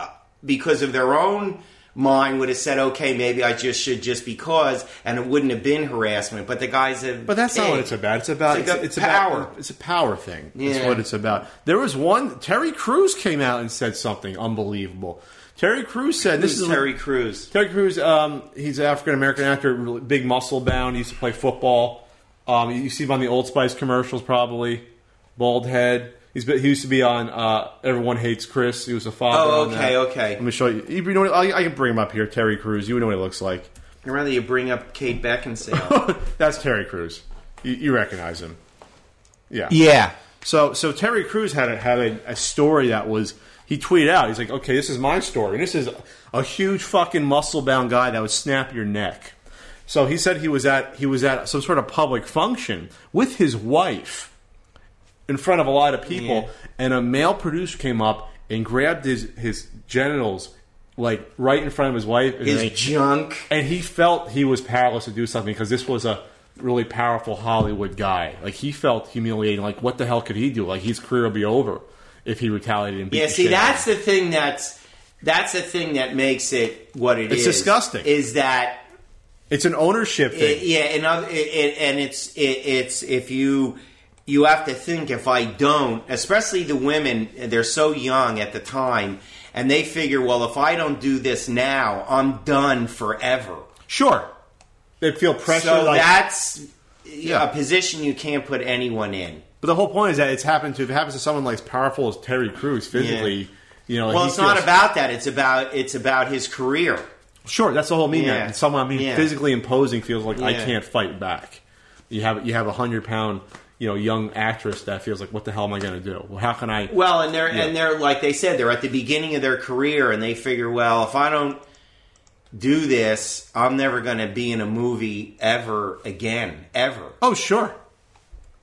uh, because of their own mind, would have said, "Okay, maybe I just should just because," and it wouldn't have been harassment. But the guys have. But that's not what it's about. It's about It's it's, like a it's about- power. it's a power thing. That's Yeah. what it's about. There was one. Terry Crews came out and said something unbelievable. Terry Crews said, "This This is is Terry Crews. Terry Crews, um, he's an African American actor, really big muscle bound. He used to play football. Um, you see him on the Old Spice commercials, probably. Bald head. He's been, he used to be on uh, Everyone Hates Chris. He was a father. Oh, on uh, okay, that. okay. Let me show you. You know, what? I, I can bring him up here. Terry Crews. You know what he looks like. I'd rather you bring up Kate Beckinsale. That's Terry Crews. You, you recognize him. Yeah. yeah. So so Terry Crews had a, had a, a story that was he tweeted out. He's like, okay, this is my story, and this is a huge fucking muscle bound guy that would snap your neck. So he said he was at he was at some sort of public function with his wife in front of a lot of people, and a male producer came up and grabbed his his genitals like right in front of his wife. and His they- junk. and he felt he was powerless to do something because this was a really powerful Hollywood guy. Like he felt humiliating. Like what the hell could he do? Like his career would be over if he retaliated and beat Yeah, the see, shit out of that's the thing that's that's the thing that makes it what it It's is. disgusting. Is that him. it's an ownership thing. it, yeah, and other, it, it, and it's it, it's if you you have to think if I don't, especially the women, they're so young at the time, and they figure, well, if I don't do this now, I'm done forever. sure, they feel pressure. so like, that's Yeah. a position you can't put anyone in. but the whole point is that it's happened to if it happens to someone like as powerful as Terry Crews physically. Yeah. You know, Well, he it's not feels- about that. It's about it's about his career. Sure, that's the whole meaning. Yeah. Someone, I mean, Yeah. physically imposing feels like I Yeah. can't fight back. you have you have a hundred pound you know young actress that feels like what the hell am I going to do? Well, how can I? Well, and they're and they're like they said they're at the beginning of their career, and they figure, well, if I don't do this, I'm never going to be in a movie ever again, ever. Oh, sure.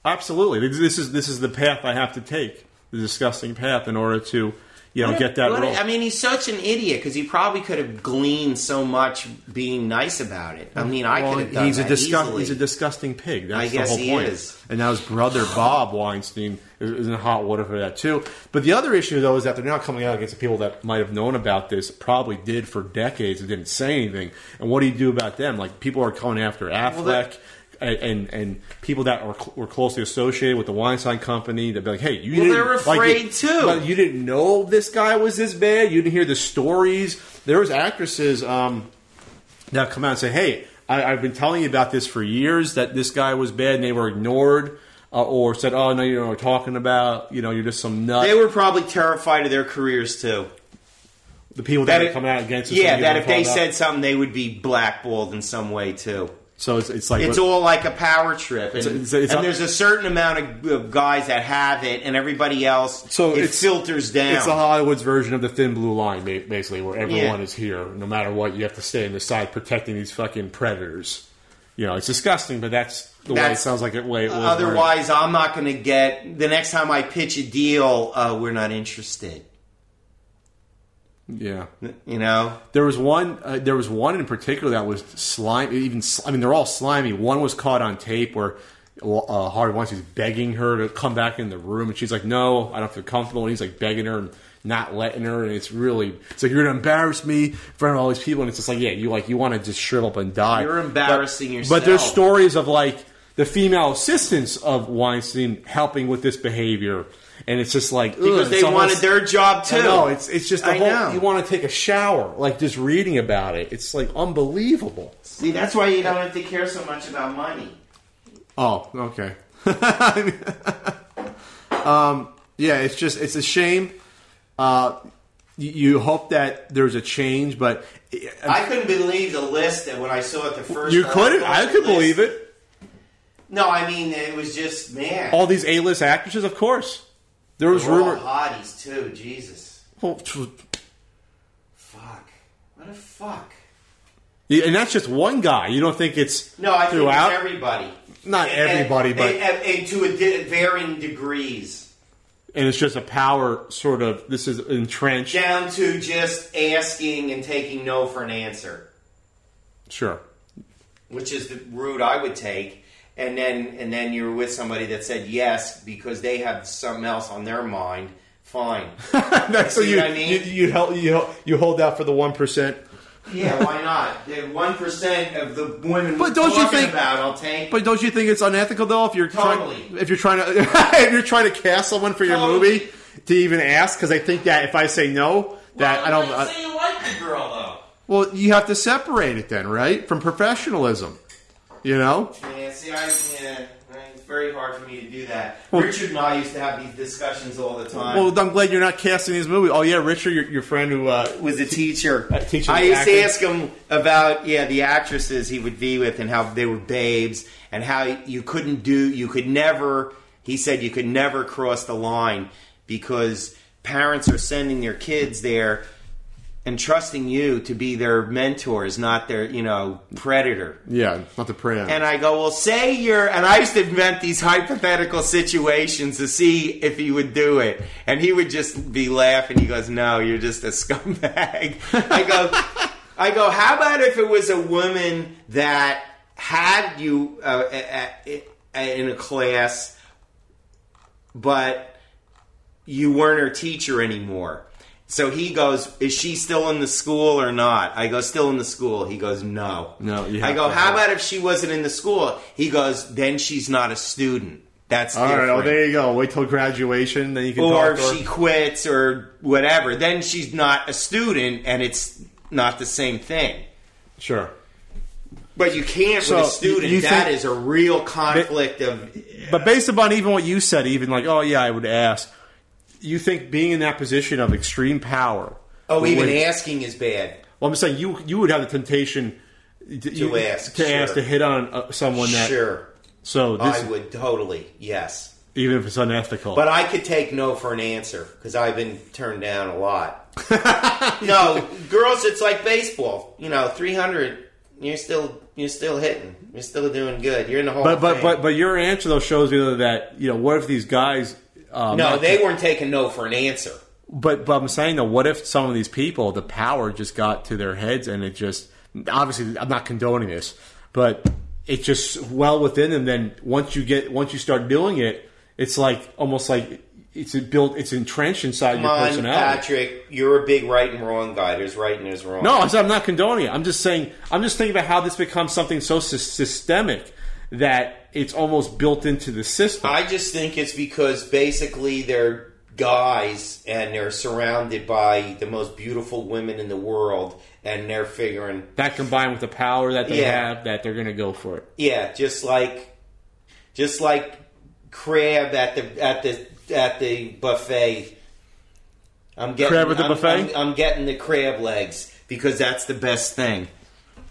absolutely, this, this is this is the path I have to take, the disgusting path in order to you know get that What- role. I mean, he's such an idiot because he probably could have gleaned so much being nice about it. I mean, I Well, could have done he's that a disgust, easily. he's a disgusting pig. That's I guess the whole he point. is. And now his brother Bob Weinstein is, is in hot water for that too. But the other issue though is that they're now coming out against the people that might have known about this, probably did for decades and didn't say anything. And what do you do about them? Like people are coming after Affleck. that- and, and and people that are cl- were closely associated with the Weinstein Company, they'd be like, "Hey, you Well, didn't they're like, afraid, you- too. but you didn't know this guy was this bad. You didn't hear the stories. There was actresses um, that come out and say, "Hey, I, I've been telling you about this for years that this guy was bad, and they were ignored." Uh, or said, "Oh no, you know what we're talking about. You know, you're just some nut." they were probably terrified of their careers too. the people that, that are it- coming out against, us, Yeah, you that know, if they about- said something, they would be blackballed in some way too. so, it's, it's like It's what- all like a power trip, and, It's- it's- and there's a certain amount of, of guys that have it, and everybody else So it it's- filters down. It's the Hollywood's version of the thin blue line, ba- basically, where everyone Yeah. is here. No matter what, you have to stay on the side protecting these fucking predators. You know, it's disgusting, but that's the way it That's- sounds like it. Way it was Otherwise, I'm not going to get the next time I pitch a deal. Uh, we're not interested. learned. yeah. You know, There was one. Uh, there was one in particular that was slime. Even sl- I mean, they're all slimy. One was caught on tape where uh, Harvey Weinstein's begging her to come back in the room, and she's like, "No, I don't feel comfortable." And he's like begging her and not letting her, and it's really it's like you're gonna embarrass me in front of all these people, and it's just like, yeah, you like you want to just shrivel up and die. You're embarrassing but, yourself. But there's stories of like the female assistants of Weinstein helping with this behavior. And it's just like because they wanted their. their job too. I know it's it's just the I whole. know. You want to take a shower, like just reading about it. It's like unbelievable. See, that's why you don't have to care so much about money. Oh, okay. um, Um, yeah, it's just it's a shame. Uh, you, you hope that there's a change, but I couldn't believe the list that when I saw it the first. you time, couldn't. I watched could the list. believe it. No, I mean it was just man. All these A-list actresses, of course. There was They're all rumor. hotties too. Jesus, Well, t- fuck, what a fuck. yeah, and that's just one guy. You don't think it's No, I think throughout. it's everybody. Not everybody, and, but- and, and to a di- varying degrees, and it's just a power sort of. This is entrenched. down to just asking and taking no for an answer, Sure. which is the route I would take. And then, and then you're with somebody that said yes because they have something else on their mind. Fine. That's See what I mean? you you help you hel- you hold out for the one percent. yeah, why not? The one percent of the women But don't we're you talking think- about, I'll take. But don't you think it's unethical though if you're Totally. trying if you're trying to if you're trying to cast someone for your Totally. movie to even ask because I think that if I say no that I don't. I- say you like the girl though. well, you have to separate it then, right, from professionalism. You know, Yeah, see, I, yeah, I- it's very hard for me to do that. Richard and I used to have these discussions all the time. Well, I'm glad you're not casting these movies. Oh yeah, Richard, your, your friend who uh, was a teacher. A teacher I used acting. to ask him about yeah the actresses he would be with and how they were babes and how you couldn't do you could never he said you could never cross the line because parents are sending their kids there and trusting you to be their mentors not their you know predator yeah, not the pram. and I go, well, say you're. And I used to invent these hypothetical situations to see if he would do it. And he would just be laughing. He goes, no, you're just a scumbag. I go, I go, how about if it was a woman that had you uh, a- a- a- in a class, but you weren't her teacher anymore. So he goes, Is she still in the school or not? I go, Still in the school. He goes, No. No, you I have go, to- How about if she wasn't in the school? He goes, Then she's not a student. That's All right, different. well there you go. Wait till graduation, then you can talk or if to her. she quits or whatever. Then she's not a student and it's not the same thing. Sure. But you can't So, with a student. you That is think- a real conflict of. But based upon even what you said, even like, oh yeah, I would ask. You think being in that position of extreme power? Oh, would- even asking is bad. Well, I'm just saying you you would have the temptation to, you- ask, to sure. ask to hit on uh, someone that Sure. So this, I would totally, yes. even if it's unethical, But I could take no for an answer because I've been turned down a lot. no, girls, it's like baseball. You know, three hundred, you're still you're still hitting, you're still doing good. You're in the hall. but of but Fame. but but your answer though shows me though that you know what if these guys uh, um, no, they weren't taking no for an answer. but but I'm saying though what if some of these people the power just got to their heads and it just obviously I'm not condoning this but it's just well within them then once you get once you start doing it it's like almost like it's built it's entrenched inside Come your on, personality. Patrick, you're a big right and wrong guy. There's right and there's wrong. No, I said I'm not condoning it. I'm just saying. I'm just thinking about how this becomes something so sy- systemic that it's almost built into the system. I just think it's because basically they're guys and they're surrounded by the most beautiful women in the world, and they're figuring, that combined with the power that they Yeah. have, that they're going to go for it. yeah, just like, just like crab at the at the at the buffet. I'm getting Crab at the I'm- buffet? I'm, I'm getting the crab legs because that's the best thing,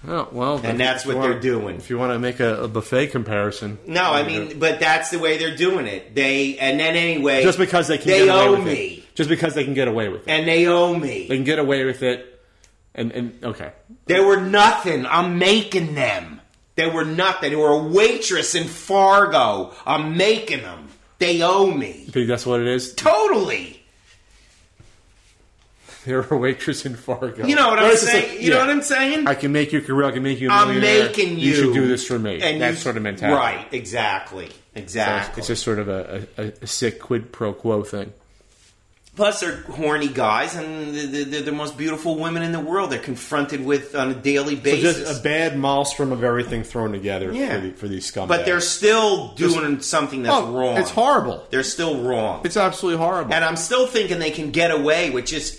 Oh well, and that's what they're doing. If you want to make a, a buffet comparison, No, I mean, but that's the way they're doing it. They and then anyway, just because they can they get away owe with me, it, just because they can get away with it, and they owe me. they can get away with it, and and okay, They were nothing. I'm making them. They were nothing. They were a waitress in Fargo. I'm making them. They owe me. You think that's what it is. Totally. They're a waitress in Fargo. You know what Or I'm it's just saying? like, you know yeah, what I'm saying? I can make you a career. I can make you. A I'm millionaire. making you. You should do this for me. And that you- sort of mentality. Right. Exactly. Exactly. It's just sort of a, a, a sick quid pro quo thing. Plus, they're horny guys, and they're, they're the most beautiful women in the world. They're confronted with on a daily basis. Just a bad maelstrom of everything thrown together Yeah. for, the, for these scumbags. but they're still doing something that's Oh, wrong. It's horrible. They're still wrong. It's absolutely horrible. and I'm still thinking they can get away with just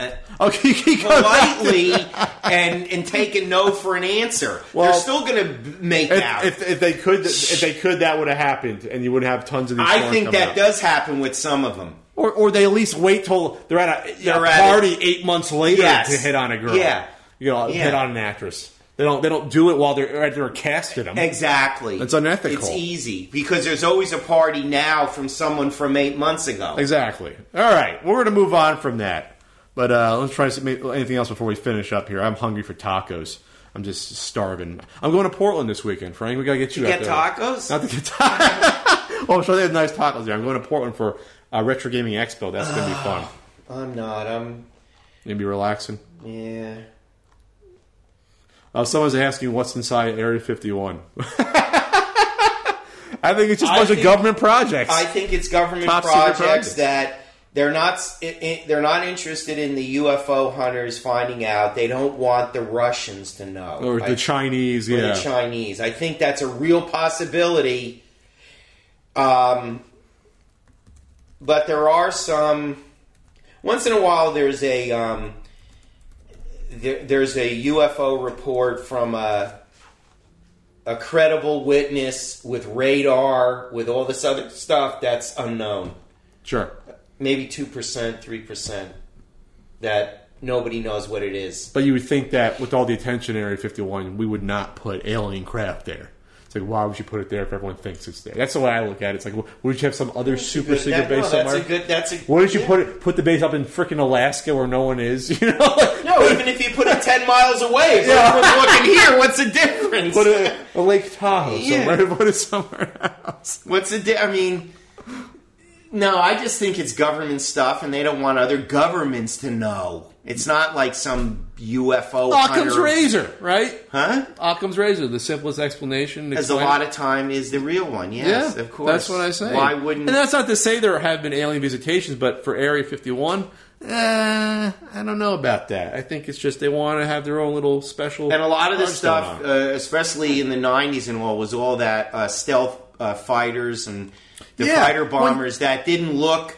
uh, okay, you keep going back to- politely and and taking no for an answer. Well, They're still going to make out. If, if, if they could, if they could, that would have happened, and you wouldn't have tons of these. I porn think coming that out. does happen with some of them. or or they at least wait till they're at a, They're a at party eight months later Yes. to hit on a girl. Yeah. you know, Yeah. hit on an actress. They don't they don't do it while they're they're casting them. Exactly. It's unethical. It's easy because there's always a party now from someone from eight months ago. Exactly. All right, we're going to move on from that. But uh, let's try to see anything else before we finish up here. I'm hungry for tacos. I'm just starving. I'm going to Portland this weekend, Frank. We got to get you, You out get there. tacos? Not to get tacos. well, I'm sure they have nice tacos there. I'm going to Portland for uh, Retro Gaming Expo. That's going to be fun. I'm not. I'm. Going to be relaxing. Yeah. Uh, someone's asking what's inside Area 51. I think it's just a I bunch of think- government projects. I think it's government Top secret projects, projects. that they're not s- i- i- they're not interested in the UFO hunters finding out. They don't want the Russians to know. or I the Chinese, for yeah. the Chinese. I think that's a real possibility. Um, but there are some. Once in a while, there's a um, there, there's a UFO report from a a credible witness with radar, with all this other stuff that's unknown. sure. Maybe two percent, three percent that nobody knows what it is. But you would think that with all the attention in Area 51, we would not put alien craft there. It's like, why would you put it there if everyone thinks it's there? That's the way I look at it. It's like, wh- would you have some other super But secret that- no, base that's somewhere? a good. That's a. why don't you yeah. put it, put the base up in freaking Alaska where no one is? You know, No, even if you put it ten miles away, if yeah. looking here, what's the difference? put it a Lake Tahoe Yeah. somewhere. Put it somewhere else. what's the? Di- I mean, no, I just think it's government stuff, and they don't want other governments to know. It's not like some UFO. Occam's hunter- razor, right? huh? Occam's razor, the simplest explanation. As a lot of time is the real one. Yes, of course. That's what I say. Why wouldn't? And that's not to say there have been alien visitations, but for Area 51, uh, I don't know about that. I think it's just they want to have their own little special. And a lot of this Armstrong stuff, on. uh, especially in the '90s and all, was all that uh, stealth uh, fighters and the Yeah, fighter when- bombers that didn't look.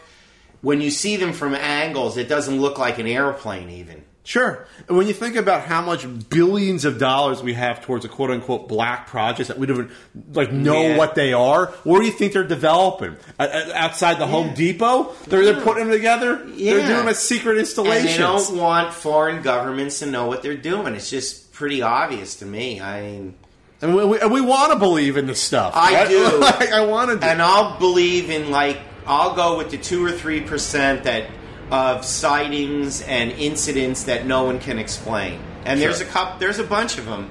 When you see them from angles, it doesn't look like an airplane. Even Sure. And when you think about how much billions of dollars we have towards a quote unquote black projects that we don't even, like know Yeah. what they are, where do you think they're developing? O- o- outside the Home Depot? They're, they're putting them together? They're Yeah. doing a secret and installation. they don't want foreign governments to know what they're doing. It's just pretty obvious to me. I mean, And we, we, and we want to believe in this stuff. I Right? do. Like, I want to do. and I'll believe in like I'll go with the two or three percent that of sightings and incidents that no one can explain. And there's a cop, there's a bunch of them,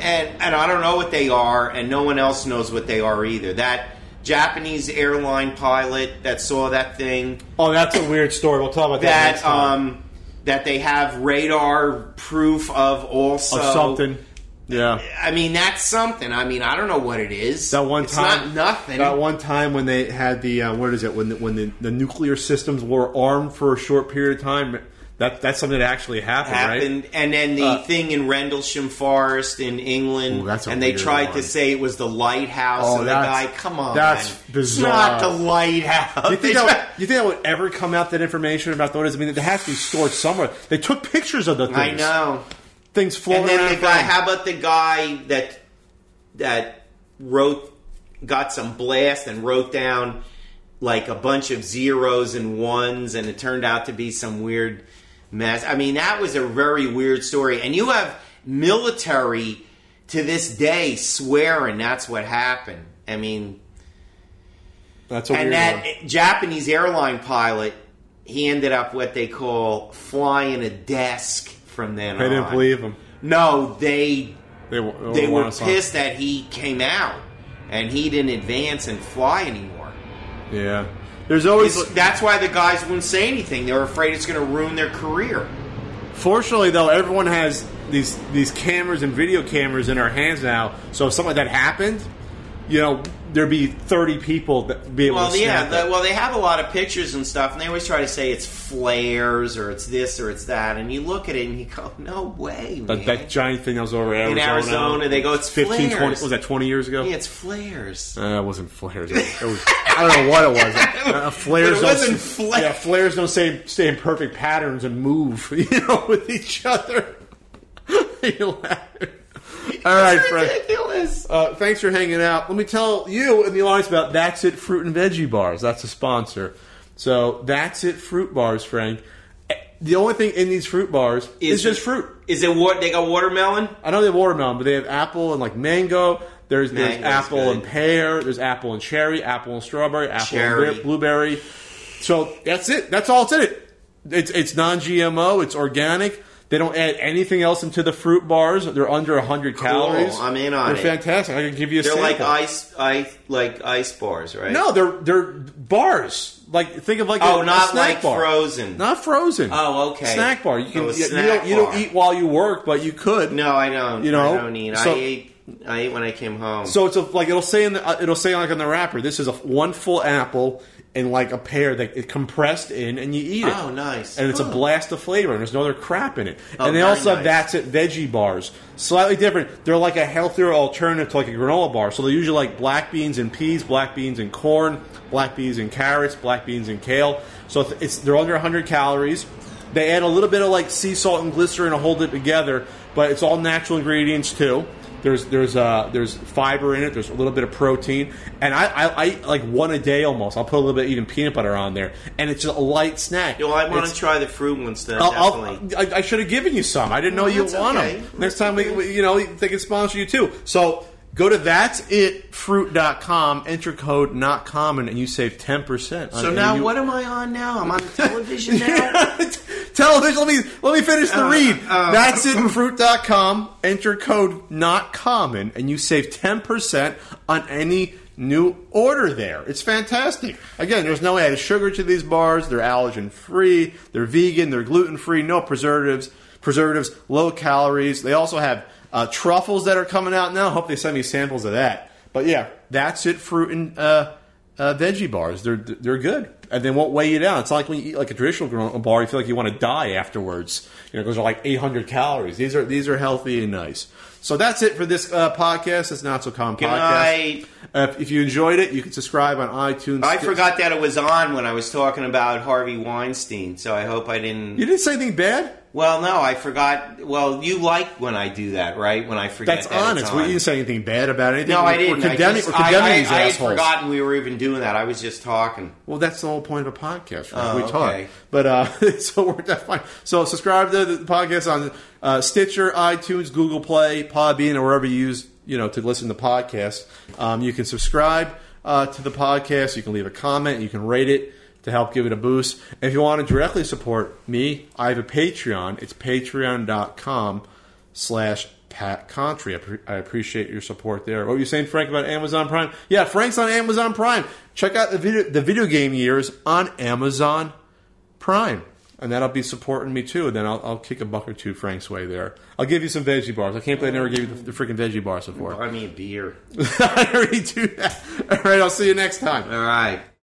and and I don't know what they are, and no one else knows what they are either. That Japanese airline pilot that saw that thing Oh, that's a weird story. We'll talk about that. next that time. um that they have radar proof of also Of something. Yeah. I mean that's something. I mean I don't know what it is. That one It's time, not nothing. That one time when they had the uh, what is it? When the, when the, the nuclear systems were armed for a short period of time. That that's something that actually happened, happened, and then the Uh, thing in Rendlesham Forest in England, Ooh, that's a and they weird tried to one. say it was the lighthouse. Oh, and the that's- guy, come on, that's It's bizarre. not the lighthouse. right? You think, They that tried- would, you think that would ever come out? That information about those? I mean, it has to be stored somewhere. They took pictures of the things. I know. things floating and then around. the guy, from- how about the guy that that wrote got some blast and wrote down like a bunch of zeros and ones, and it turned out to be some weird mess. I mean, that was a very weird story, and you have military to this day swearing that's what happened. I mean, that's a and weird that one. Japanese airline pilot, he ended up what they call flying a desk from then They on. didn't believe him. No, they They, oh, w- Oh, they were wanted something. pissed that he came out and he didn't advance and fly anymore. Yeah. There's always. It's- that's why the guys wouldn't say anything. They were afraid it's going to ruin their career. Fortunately, though, everyone has these these cameras and video cameras in our hands now. So if something like that happened, you know, there'd be thirty people that would be able Well, to yeah, snap the, it. well, they have a lot of pictures and stuff, and they always try to say it's flares or it's this or it's that, and you look at it and you go, "No way, man!" That, that giant thing that was over Arizona. Arizona, they go, "It's 20 flares." Was that twenty years ago? yeah, it's flares. Uh, it wasn't flares. It was, it was- I don't know what it was. Uh, flares It wasn't don't, flares. Yeah, flares don't stay, stay in perfect patterns and move, you know, with each other. You laugh. All right, Frank. ridiculous. Uh, thanks for hanging out. Let me tell you and the audience about That's It Fruit and Veggie Bars. That's a sponsor. So That's It Fruit Bars, Frank. Eh, The only thing in these fruit bars is, Is- just fruit. Is it what they got? Watermelon? I know they have watermelon, but they have apple and like mango. There's, there's Mango's apple good. and pear. There's apple and cherry. Apple and strawberry. Apple Cherry. and bri- blueberry. So that's it. That's all it's in it. It's it's non-GMO. It's organic. They don't add anything else into the fruit bars. They're under 100 calories. I'm in on They're it. fantastic. I can give you a They're like sample. ice, ice, like ice bars, right? No, they're they're bars. Like think of like Oh, a, a not snack like bar. frozen. not frozen. Oh, okay. Snack bar. You So can a you- you, snack don't, you don't bar. eat while you work, but you could. No, I don't. You know, I don't eat. so- I ate. I ate when I came home. So it's a, like it'll say in the, uh, it'll say like on the wrapper. This is a one full apple and like a pear that it compressed in, and you eat it. Oh, nice. And it's Huh. a blast of flavor, and there's no other crap in it. Oh, and they very also have nice. that's it veggie bars, slightly different. They're like a healthier alternative to like a granola bar. So they're usually like black beans and peas, black beans and corn, black beans and carrots, black beans and kale. So it's- it's they're under 100 calories. They add a little bit of like sea salt and glycerin to hold it together, but it's all natural ingredients too. There's there's uh there's fiber in it. There's a little bit of protein, and I I, I eat like one a day almost. I'll put a little bit of even peanut butter on there, and it's just a light snack. well, I want It's- to try the fruit ones then. I'll, definitely. I'll, I, I should have given you some. I didn't know No, you that's want okay. them. Next time we, we, you know, they can sponsor you too. So go to that'sitfruit.com, enter code not common, and you save ten percent. so now, what am I on now? I'm on the television now. Television. Let me let me finish the Uh, read. uh, That's it. Fruit.com. Enter code not common, and you save ten percent on any new order there. It's fantastic. Again, there's no added sugar to these bars. They're allergen free. They're vegan. They're gluten free. No preservatives. Preservatives. Low calories. They also have uh, truffles that are coming out now. Hope they send me samples of that. But yeah, that's it. Fruit and. Uh, uh, veggie bars. They're they're good, and they won't weigh you down. It's not like when you eat like a traditional granola bar, you feel like you want to die afterwards. You know, those are like 800 calories. These are these are healthy and nice. So that's it for this uh, podcast. It's not so common Good podcast. night. Uh, if you enjoyed it, you can subscribe on iTunes. I forgot that it was on when I was talking about Harvey Weinstein. So I hope I didn't. You didn't say anything bad. well, no, I forgot. Well, you like when I do that, right? When I forget. That's that honest. It's We on. You didn't say anything bad about anything. no, we're, I didn't. We're condemning, I, just, we're condemning I, I, these I had assholes. forgotten we were even doing that. I was just talking. Well, that's the whole point of a podcast. Right? Oh, we talk, okay. but uh, so we're that's fine. So subscribe to the podcast on uh, Stitcher, iTunes, Google Play, Podbean, or wherever you use you know to listen to podcasts. Um, you can subscribe uh, to the podcast. You can leave a comment. You can rate it to help give it a boost. And if you want to directly support me, I have a Patreon. It's patreon.com slash Pat Contry. I, pre- I appreciate your support there. What were you saying, Frank, about Amazon Prime? Yeah, Frank's on Amazon Prime. Check out the video, the video game years on Amazon Prime. And that'll be supporting me too. And then I'll, I'll kick a buck or two Frank's way there. I'll give you some veggie bars. I can't believe I never gave you the, the freaking veggie bars before. Buy me a beer. I already do that. All right, I'll see you next time. All right.